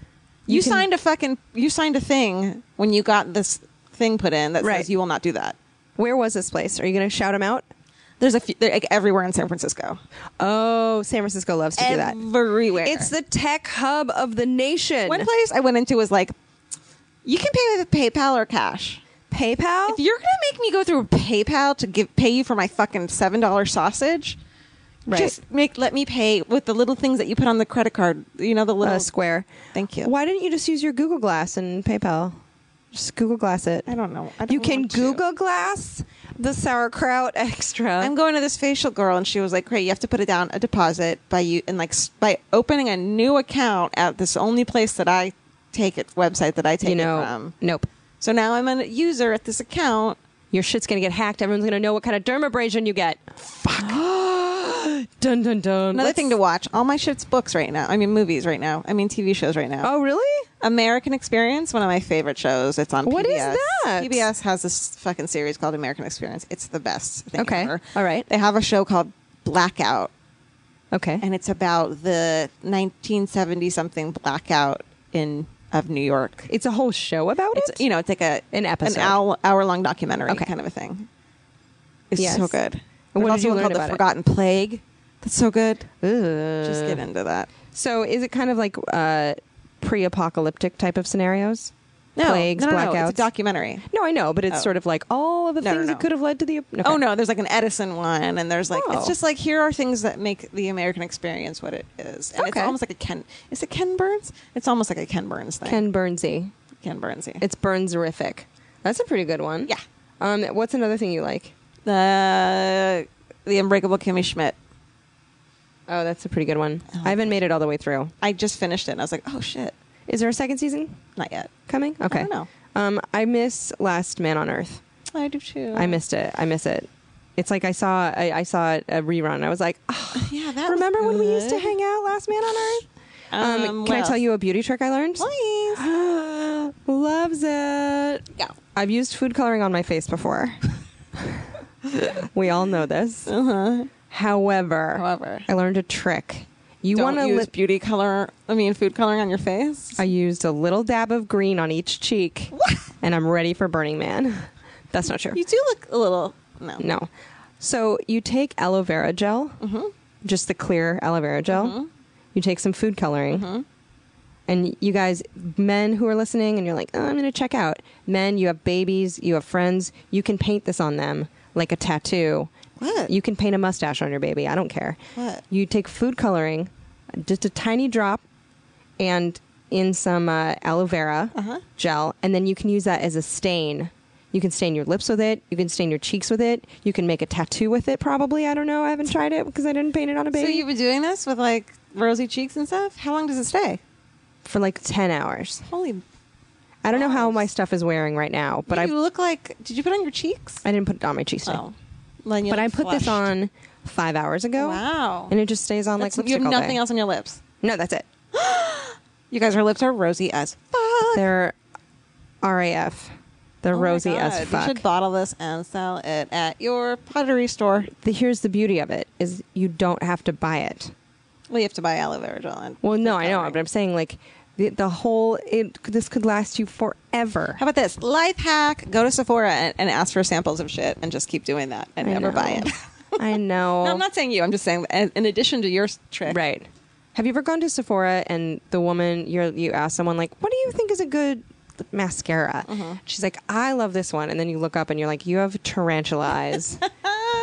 You,
can-
signed a fucking. You signed a thing when you got this thing put in that
Right.
says you will not do that.
Where was this place? Are you going to shout them out?
There's a few they're, like everywhere in San Francisco.
Oh, San Francisco loves to do that.
Everywhere.
It's the tech hub of the nation.
one place I went into was like, you can pay with PayPal or cash.
PayPal?
If you're gonna make me go through PayPal to give pay you for my fucking seven dollar sausage,
Right.
just make let me pay with the little things that you put on the credit card. You know the little
uh, Square.
Thank you.
Why didn't you just use your Google Glass and PayPal? Just Google Glass it.
I don't know. I
you
don't
can
want to.
Google Glass the sauerkraut extra.
I'm going to this facial girl, and she was like, "Great, you have to put it down a deposit by you and like s- by opening a new account at this only place that I take it website that I take
you know,
it from."
nope.
So now I'm a user at this account.
Your shit's gonna get hacked. Everyone's gonna know what kind of dermabrasion you get.
*gasps*
Fuck. dun dun dun.
Another
Let's-
thing to watch. All my shit's books right now. I mean, movies right now. I mean, TV shows right now.
Oh really?
American Experience, one of my favorite shows. It's on.
What is
PBS.
that?
PBS has this fucking series called American Experience. It's the best. Thing
Okay.
ever.
All right.
They have a show called Blackout,
Okay.
and it's about the 1970 something blackout in of New York.
it's a whole show about
It's
it.
you know, it's like a
An episode.
an hour, hour long documentary
Okay.
kind of a thing. It's
Yes.
so good.
And what
There's
did you
also one
learn
called
about it? Uh,
the Forgotten Plague. That's so good.
Ugh.
Just get into that.
So is it kind of like uh, pre-apocalyptic type of scenarios? Plagues,
no, no,
blackouts.
No, it's a documentary.
No, I know, but it's
Oh.
sort of like all of the
No, no,
things
no.
that could have led to the. okay.
*laughs* Oh no, there's like an Edison one, and there's like
Oh.
it's just like here are things that make the American experience what it is, and it's
Okay.
almost like a Ken. Is it Ken Burns? It's almost like a Ken Burns thing.
Ken Burnsy.
Ken Burns. Yeah.
It's Burnsific. That's a pretty good one.
Yeah.
Um, what's another thing you like?
the the Unbreakable Kimmy Schmidt.
Oh, that's a pretty good one. I haven't made it all the way through.
I just finished it, and I was like, oh shit,
Is there a second season
not yet.
coming? Okay.
don't know.
Um, I miss Last Man on Earth.
I do too.
I missed it. I miss it. It's like I saw I, I saw it- a rerun. I was like, oh,
*sighs* Yeah, that was
remember when we used to
good.
hang out, Last Man on Earth? Um,
Um,
can I
what
tell
else?
you a beauty trick I learned?
Please.
*gasps* Loves it.
Yeah.
I've used food coloring on my face
*laughs*
before. we all know this.
Uh-huh.
However,
However.
I learned a trick. You
Don't
want to
use beauty color. I mean, food coloring on your face.
I used a little dab of green on each cheek, and I'm ready for Burning Man. *laughs* That's not true.
you do look a little. No.
No. So you take aloe vera gel,
Mm-hmm.
just the clear aloe vera gel. You take some food coloring.
Mm-hmm.
And you guys, men who are listening, and you're like, oh, I'm going to check out. Men, you have babies, you have friends, you can paint this on them like a tattoo.
What?
You can paint a mustache on your baby. I don't care.
What?
You take food coloring, just a tiny drop, and in some uh, aloe vera
Uh-huh.
gel, and then you can use that as a stain. You can stain your lips with it. You can stain your cheeks with it. You can make a tattoo with it. Probably, I don't know. I haven't tried it because I didn't paint it on a
So
baby
you've been doing this with like rosy cheeks and stuff. How long does it stay?
for like ten hours.
Holy
I don't know how my stuff is wearing right now, but
But
I
you look like. Did you put on your cheeks?
I didn't put it on my cheeks. today.
Then you
But I
look
put this
flushed.
on five hours ago.
Wow.
And it just stays on like
That's-
lipstick
you have
all day.
nothing else on your lips.
No, that's it.
You guys, her lips are rosy as fuck.
They're RAF. They're
Oh my
rosy
God.
as fuck.
You should bottle this and sell it at your pottery store.
the, here's the beauty of it is you don't have to buy it.
Well, you have to buy aloe vera gel. And
Well, no,
food
I know,
coloring.
but I'm saying like the, the whole it this could last you forever.
How about this life hack? Go to Sephora and, and ask for samples of shit, and just keep doing that and
I
never buy
know.
it.
I know.
no, *laughs* I'm not saying you. I'm just saying, in in addition to your s- trick,
right. Have you ever gone to Sephora and the woman you you ask someone like, "What do you think is a good mascara?"
Uh-huh.
She's like, "I love this one," and then you look up and you're like, "You have tarantula
*laughs*
eyes.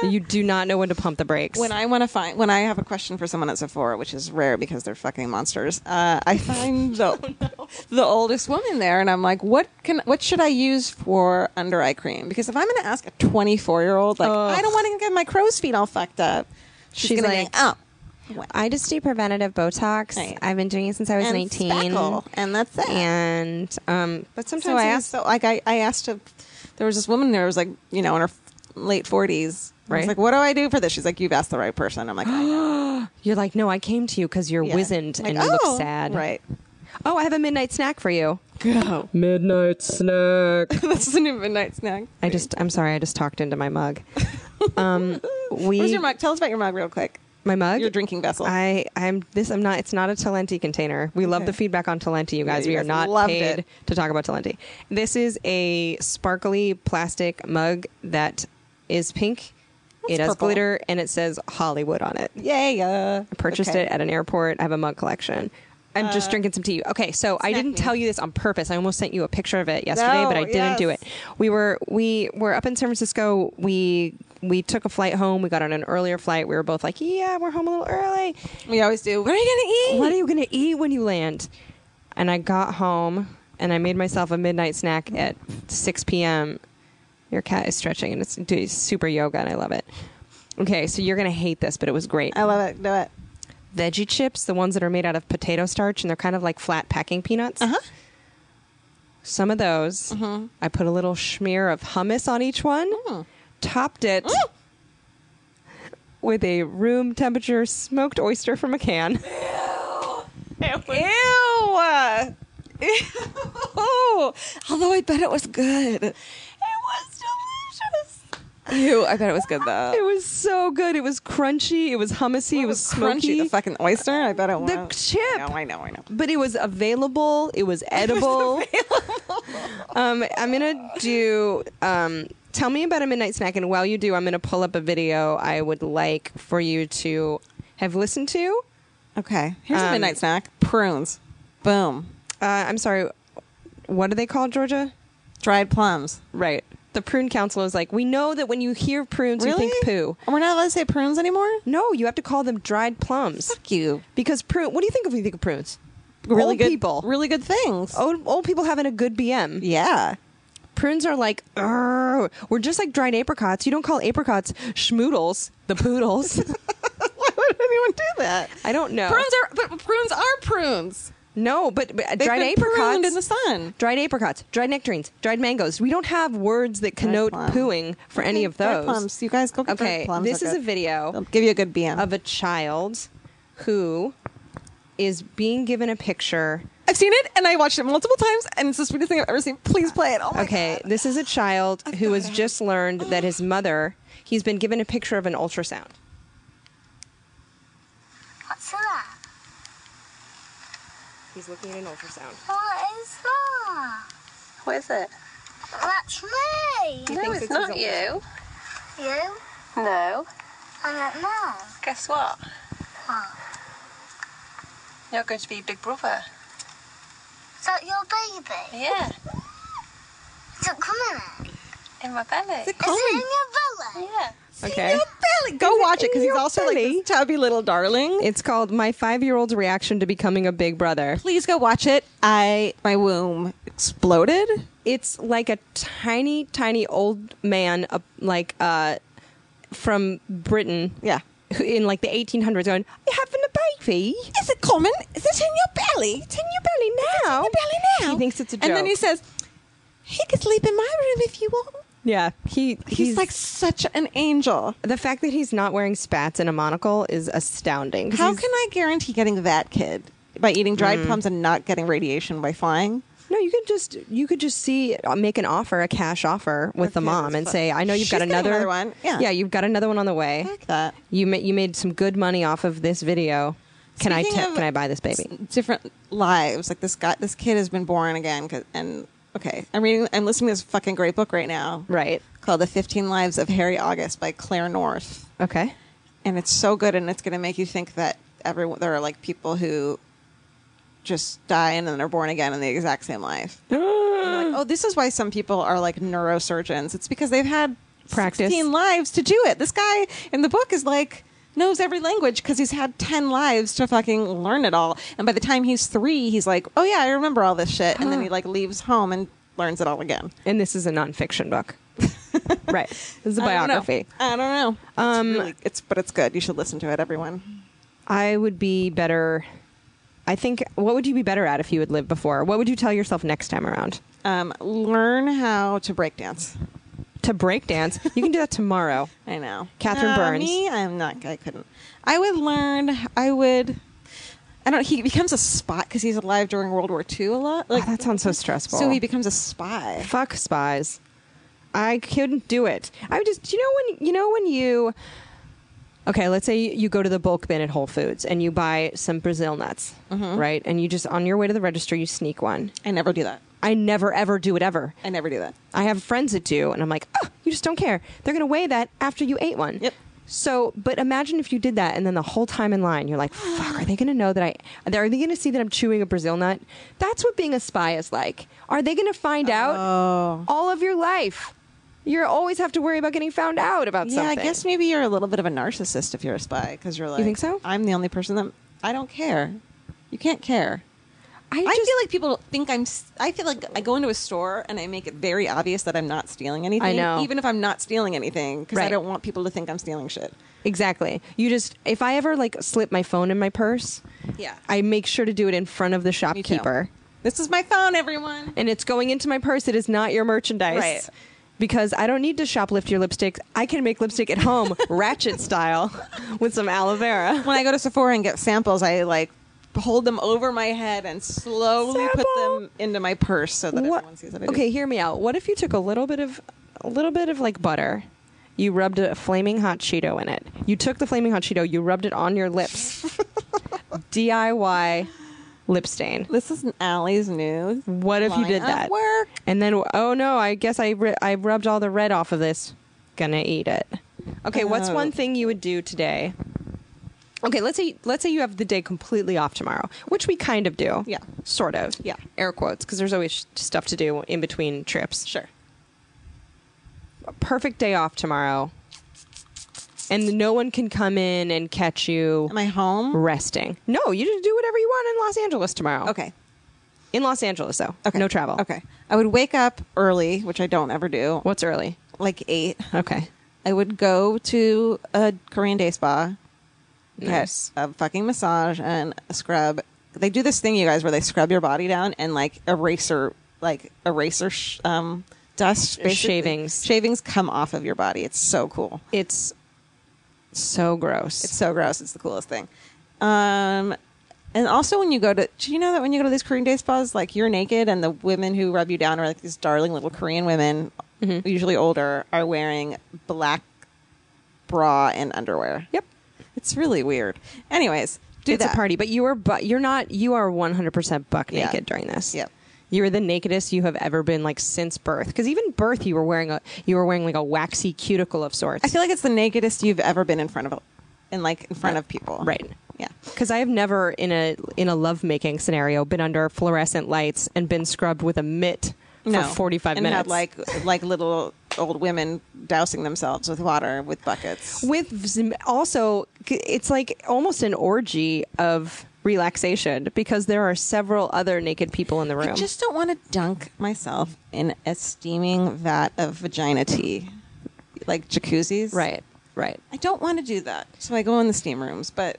you do not know when to pump the brakes."
When I want to
*laughs*
find,
Oh,
when I have a question for someone at Sephora, which is rare because they're fucking monsters, uh, I find the the oldest woman there, and I'm like, what can what should I use for under eye cream? Because if I'm going to ask a 24 year old, like, I don't want to get my crow's feet all fucked up. She's,
She's
gonna
like,
be like, oh,
I just do preventative Botox.
Right.
I've been doing it since I was
and
19.
speckle, and that's it.
And um, but sometimes
so I
it
asked, so like I, I asked, a, there was this woman there who was like, you know, in her f- late 40s. I
Right.
was like, what do I do for this? She's like, you've asked the right person.
*gasps*
I'm like, I know.
is- you're like, no, I came to you because you're
Yeah.
wizened
Like,
and you look
"Oh,
sad.
Right.
Oh, I have a midnight snack for you.
Go.
Midnight
*laughs*
snack.
That's the new midnight snack.
I just, I'm sorry, I just talked into my
*laughs*
mug. Um, we,
Where's your mug? Tell us about your mug real quick.
My mug.
Your drinking vessel.
I, I'm this. I'm not. It's not a Talenti container. We love
Okay.
the feedback on Talenti, you guys.
you
we are
guys
not
loved
paid
it.
to talk about Talenti. This is a sparkly plastic mug that is pink. it has
purple.
glitter and it says Hollywood on it.
Yeah, yeah.
I purchased it at an airport. I have a mug collection. I'm
Uh,
just drinking some tea. Okay, so I didn't tell you this on purpose. I almost sent you a picture of it yesterday,
No,
but I didn't do
yes.
it. We were we were up in San Francisco. We we took a flight home. We got on an earlier flight. We were both like, "Yeah, we're home a little early."
We always do. What are you gonna eat?
What are you going to eat when you land? And I got home and I made myself a midnight snack at 6 p.m. Your cat is stretching and it's doing super yoga and I love it. Okay, so you're going to hate this, but it was great.
I love it. Do it.
Veggie chips, the ones that are made out of potato starch and they're kind of like flat packing peanuts.
Uh-huh.
Uh huh. Some of those, I put a little smear of hummus on each one, topped it with a room temperature smoked oyster from a can.
Ew. Ew. Although I bet it was good. It was delicious. Ew. I bet it was good though.
It was so good. It was crunchy. It was hummusy. It, was, smoky.
crunchy. The fucking oyster. I bet it was.
The chip.
No, I know. I know.
but it was available. It was edible. um, I'm gonna do. Um, tell me about a midnight snack, and while you do, I'm gonna pull up a video I would like for you to have listened to.
Okay. Here's a
Um,
midnight snack. Prunes. Boom.
Uh, I'm sorry. What are they called, Georgia?
Dried plums.
Right. The prune council is like, we know that when you hear prunes, you think poo.
And we're not allowed to say prunes anymore.
No, you have to call them dried plums.
Fuck you.
Because prune. What do you think of when you think of prunes?
Really
Old
good
people.
Really good things.
old, old people having a good BM.
yeah.
Prunes are like, "Arr." we're just like dried apricots. You don't call apricots schmoodles, the
*laughs*
poodles.
*laughs* Why would anyone do that?
I don't know.
Prunes are, but prunes are prunes.
no, but, but
They've
dried
been
apricots.
pruned in the sun.
dried apricots, dried nectarines, dried mangoes. We don't have words that connote
plum.
pooing for any of
Dried
those.
plums. You guys go get
Okay,
dried plums.
this
They're
is a
good.
video
They'll give you a good BM.
of a child who is being given a picture.
I've seen it and I watched it multiple times and it's the sweetest thing I've ever seen. Please play it. Oh my
Okay, this is a child who has just learned that his mother, he's been given a picture of an ultrasound.
What's that?
He's looking at an ultrasound.
What is that?
What is it?
That's me.
No,
thinks
it's,
it's
not
his
you.
You?
No.
I don't know.
Guess what? You're going to be Big Brother.
Is that your baby?
Yeah,
Is it coming?
in my belly.
Is it in your belly?
Yeah.
Okay.
God. Go watch it because he's also like this chubby little darling.
It's called My Five Year Old's Reaction to Becoming a Big Brother.
Please go watch it. I my womb exploded.
It's like a tiny, tiny old man, uh, like uh, from Britain.
Yeah.
who- *laughs* In like the 1800s, going, you having a baby?
Is it common? Is it in your belly?
It's in your belly now.
now.
He thinks it's a joke.
And then he says, "He can sleep in my room if you want."
yeah, he
He's, like such an angel.
the fact that he's not wearing spats and a monocle is astounding. 'cause
How
he's-
can I guarantee getting that kid by eating dried plums and not getting radiation by flying?
No, you could just you could just see uh, make an offer, a cash offer with the
Okay,
mom,
that's
and
fun.
say, "I know you've got
She's getting
another,
another one. Yeah.
yeah, you've got another one on the way.
Fuck that.
You made you made some good money off of this video. Can I
Speaking
tip?
of-
Can I buy this baby?
different lives. Like this guy, this kid has been born again. 'cause- and okay, I'm reading, I'm listening to this fucking great book right now,
Right.
Called "The 15 Lives of Harry August" by Claire North,
Okay.
and it's so good, and it's going to make you think that everyone there are like people who just die and then they're born again in the exact same life. And you're like, oh, this is why some people are like neurosurgeons. It's because they've had
Practice.
16 lives to do it. This guy in the book is like. knows every language because he's had 10 lives to fucking learn it all. And by the time he's three, he's like, oh yeah, I remember all this shit. And then he like leaves home and learns it all again.
And this is a nonfiction
*laughs*
book. right. This is a
I don't know.
biography.
I don't know. It's really- it's but it's good. You should listen to it, everyone.
I would be better. I think. What would you be better at if you had lived before? What would you tell yourself next time around?
Um, learn how to break dance.
To break dance, you can do that tomorrow.
*laughs* I know. Uh,
Catherine Burns.
Me, I'm not. I couldn't. I would learn. I would. I don't. He becomes a spy because he's alive during World War II a lot. Like
Oh, that sounds so stressful.
So he becomes a spy.
fuck spies. I couldn't do it. I would just. do You know when you know when you. Okay, let's say you go to the bulk bin at Whole Foods and you buy some Brazil nuts, right? And you just on your way to the register you sneak one.
I never do that.
I never ever do it ever.
I never do that.
I have friends that do, and I'm like, oh, you just don't care. They're going to weigh that after you ate one.
Yep.
So, but imagine if you did that, and then the whole time in line,
*gasps*
you're like, fuck, are they going to know that I, are they going to see that I'm chewing a Brazil nut? That's what being a spy is like. Are they going to find
Oh.
out all of your life? You always have to worry about getting found out about
Yeah, I
something.
guess maybe you're a little bit of a narcissist if you're a spy because you're like.
think so?
I'm the only person that I don't care. You can't care.
I,
I
just,
feel like people think I'm. s- I feel like I go into a store and I make it very obvious that I'm not stealing anything.
know.
Even if I'm not stealing anything, because I
Right.
don't want people to think I'm stealing shit.
Exactly. You just if I ever like slip my phone in my purse,
Yeah.
I make sure to do it in front of the
Me too.
shopkeeper.
This is my phone, everyone.
and it's going into my purse. It is not your merchandise.
Right.
Because I don't need to shoplift your lipstick. I can make lipstick at
*laughs*
home, ratchet style, with some aloe vera.
When I go to Sephora and get samples, I like hold them over my head and slowly put
Sample.
them into my purse so that everyone sees that. I do.
okay, hear me out. What if you took a little bit of a little bit of like butter? You rubbed a flaming hot Cheeto in it. You took the flaming hot Cheeto, you rubbed it on your lips.
*laughs*
DIY lip stain.
This is Allie's news.
What if you
Line
did
of
that?
work.
And then, oh no, I guess I, ri- I rubbed all the red off of this. Gonna eat it. Okay, what's
Oh.
one thing you would do today? Okay, let's say let's say you have the day completely off tomorrow, which we kind of do.
Yeah.
sort of.
Yeah.
air quotes because there's always sh- stuff to do in between trips.
Sure.
A perfect day off tomorrow, and no one can come in and catch you
Am I home?
resting. No, you just do whatever you want in Los Angeles tomorrow.
Okay.
in Los Angeles though.
Okay.
no travel.
Okay. I would wake up early, which I don't ever do,
what's early?
like eight.
Okay.
I would go to a Korean day spa, get
Nice.
a fucking massage and a scrub. They do this thing, you guys, where they scrub your body down and like eraser, like eraser sh- um, dust basically.
Shavings.
Shavings come off of your body. It's so cool.
It's so gross.
It's so gross. It's the coolest thing. Um, and also when you go to, do you know that when you go to these Korean day spas, like you're naked and the women who rub you down are like these darling little Korean women,
Mm-hmm.
usually older, are wearing black bra and underwear.
yep.
It's really weird. Anyways, do
it's
that.
a party, but you are but you're not you are 100% buck
Yeah.
naked during this.
Yep.
You're the nakedest you have ever been like since birth cuz even birth you were wearing a you were wearing like a waxy cuticle of sorts.
I
*laughs*
feel like it's the nakedest you've ever been in front of, a- in like in front of people.
right.
Yeah.
Cuz I have never in a in a lovemaking scenario been under fluorescent lights and been scrubbed with a mitt
No.
for 45
and
minutes.
had like like little old women dousing themselves with water with buckets.
with zim- also c- it's like almost an orgy of relaxation because there are several other naked people in the room.
I just don't want to dunk myself in a steaming vat of vagina tea, like jacuzzis.
right, right.
I don't want to do that, so I go in the steam rooms. But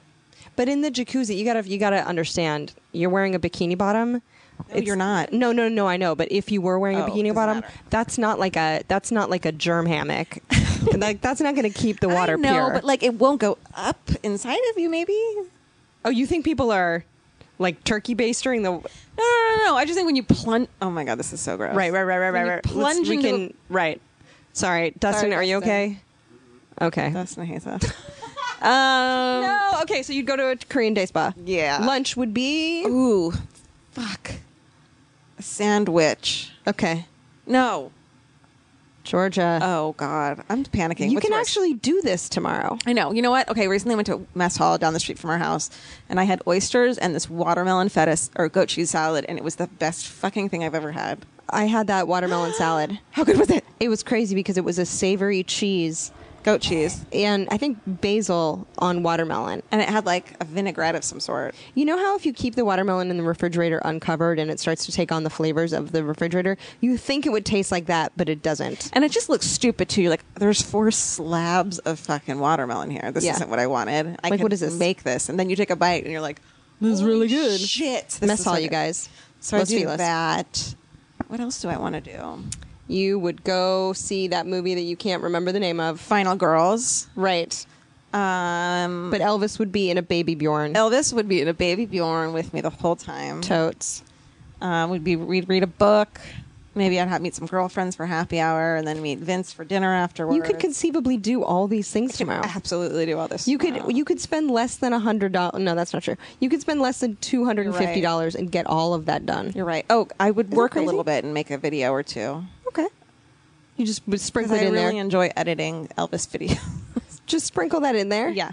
But in the jacuzzi, you gotta you gotta understand you're wearing a bikini bottom. It's-
you're not.
No, no, no. I know, but if you were wearing
Oh,
a
doesn't
bikini bottom,
matter.
that's not like a that's not like a germ
*laughs*
hammock. like that's not gonna keep the water
I know,
pure.
but like it won't go up inside of you. Maybe.
oh, you think people are like turkey bastering the
No, no, no, no. I just think when you plunge. Oh my god, this is so gross.
right, right, right, right,
When
right,
you
right.
Plunge
Let's- we
into
can right. Sorry, Dustin.
Sorry,
are you
Dustin. Mm-hmm.
okay? Okay. Um,
a- Dustin hates *laughs* us.
No, okay, so you'd go to a Korean day spa.
Yeah.
Lunch would be
Ooh, fuck. A sandwich.
Okay.
No.
Georgia.
Oh god, I'm panicking.
you
What's
can
worse?
actually do this tomorrow.
I know. You know what? Okay, recently I went to a mess hall down the street from our house, and I had oysters and this watermelon feta or goat cheese salad, and it was the best fucking thing I've ever had. Uh,
I had that watermelon salad.
*gasps* How good was it?
It was crazy because it was a savory cheese
goat cheese,
and I think basil on watermelon.
and it had like a vinaigrette of some sort.
You know how if you keep the watermelon in the refrigerator uncovered and it starts to take on the flavors of the refrigerator, you think it would taste like that, but it doesn't.
And it just looks stupid too. You're like, there's four slabs of fucking watermelon here. This
Yeah.
isn't what I wanted. I
Like,
could
what is this?
Make this, and then you take a bite, and you're like, this is really good. Shit, this
Mess
is
all
so
you
good.
guys.
So
Los
I do
Feliz.
that. What else do I want to do?
You would go see that movie that you can't remember the name of.
Final Girls.
Right.
Um,
But Elvis would be in a baby Bjorn.
Elvis would be in a baby Bjorn with me the whole time.
Totes.
Um, we'd be we'd read a book. Maybe I'd have meet some girlfriends for happy hour, and then meet Vince for dinner afterwards.
You could conceivably do all these things tomorrow.
absolutely do all this.
You could
tomorrow.
you could spend less than a hundred dollars. No, that's not true. You could spend less than two hundred and fifty dollars and get all of that done.
You're right. Oh, I would
that
work a
crazy?
little bit and make a video or two.
Okay. You just would sprinkle
Because
it
I
in
really
there.
enjoy editing Elvis videos.
just sprinkle that in there.
*laughs* yeah,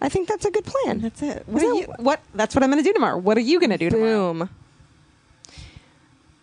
I think that's a good plan.
that's it. What?
Is
Are
that-
you, what? That's what I'm going to do tomorrow. What are you going to do tomorrow?
Boom.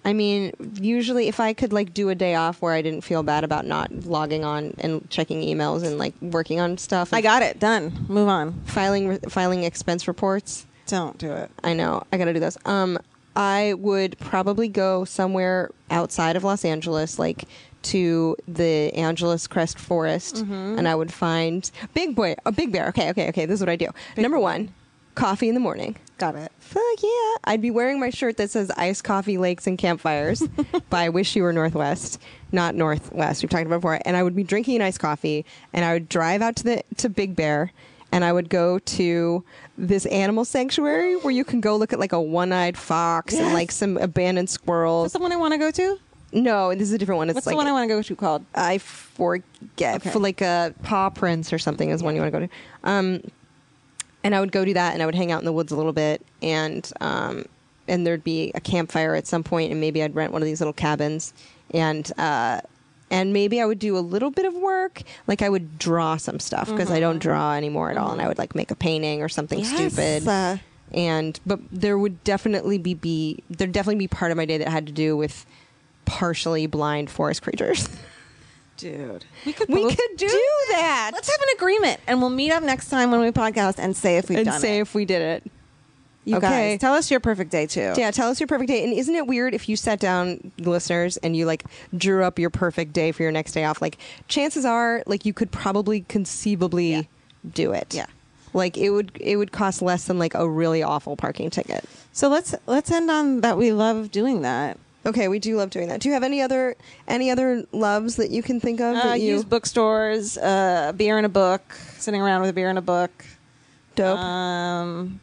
I mean, usually if I could like do a day off where I didn't feel bad about not logging on and checking emails and like working on stuff, and
I got it done. Move on.
filing re- filing expense reports.
Don't do it.
I know. I got to do this. Um, I would probably go somewhere outside of Los Angeles, like to the Angeles Crest Forest, and I would find Big Boy, a Big Bear. Okay, okay, okay. This is what I do. Number one, coffee in the morning.
Got it.
Fuck yeah! I'd be wearing my shirt that says "Ice Coffee Lakes and
*laughs*
Campfires" by Wish You Were Northwest, not Northwest. We've talked about it before, and I would be drinking an iced coffee, and I would drive out to the to Big Bear, and I would go to this animal sanctuary where you can go look at like a one eyed fox and like some abandoned
What's
squirrels.
the one I want to go to?
No, this is a different one. It's
What's
like
the one I want to go to called?
I forget for like a paw prints or something is one you want to go to. Um, and I would go do that, and I would hang out in the woods a little bit, and um, and there'd be a campfire at some point, and maybe I'd rent one of these little cabins, and uh, and maybe I would do a little bit of work, like I would draw some stuff because I don't draw anymore at all, and I would like make a painting or something stupid.
uh,
and but there would definitely be be there definitely be part of my day that had to do with partially blind forest creatures. *laughs*
Dude, we could
We
both
could do
that. Let's have an agreement, and we'll meet up next time when we podcast and say if we've
and
done
say
it.
if we did it.
You
okay.
guys, tell us your perfect day too.
yeah, tell us your perfect day. And isn't it weird if you sat down, listeners, and you like drew up your perfect day for your next day off? Like, chances are, like you could probably conceivably do it.
Yeah.
Like it would it would cost less than like a really awful parking ticket.
So let's let's end on that. We love doing that.
Okay, we do love doing that. Do you have any other any other loves that you can think of?
Uh,
that you
used bookstores, uh, a beer and a book, sitting around with a beer and a book.
dope.
Um,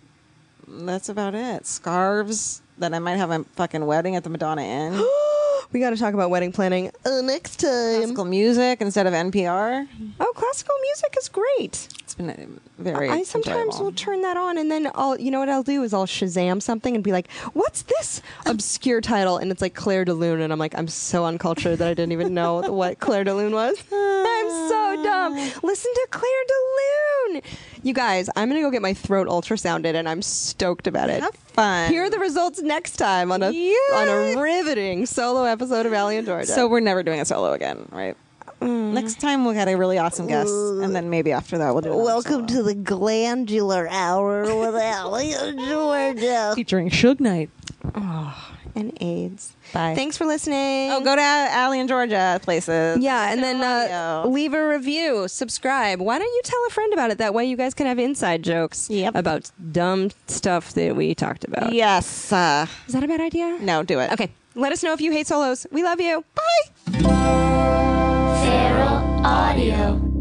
that's about it. Scarves that I might have a fucking wedding at the Madonna Inn.
*gasps* we got to talk about wedding planning uh, next time.
Classical music instead of NPR.
Oh, classical music is great.
It's been uh, very.
I sometimes
enjoyable.
will turn that on, and then I'll, you know what I'll do is I'll Shazam something and be like, "What's *laughs* this obscure title?" And it's like Claire de Lune, and I'm like, I'm so uncultured that I didn't even know *laughs* what Claire de Lune was. I'm so dumb. Listen to Claire de Lune, you guys. I'm gonna go get my throat ultrasounded, and I'm stoked about it.
Have fun.
Hear the results next time on a on a riveting solo episode of Allie and Georgia.
So we're never doing a solo again, right?
Mm.
Next time we'll get a really awesome guest, and then maybe after that we'll do. another
Welcome
solo.
to the glandular hour with Allie and Georgia.
featuring Suge Knight.
and AIDS.
Bye.
Thanks for listening.
Oh, go to Allie and Georgia places.
Yeah, and then uh,
audio.
leave a review, subscribe. Why don't you tell a friend about it? That way you guys can have inside jokes
Yep.
about dumb stuff that we talked about.
Yes. Uh,
Is that a bad idea?
no, do it.
Okay. Let us know if you hate solos. We love you. Bye.
Feral Audio.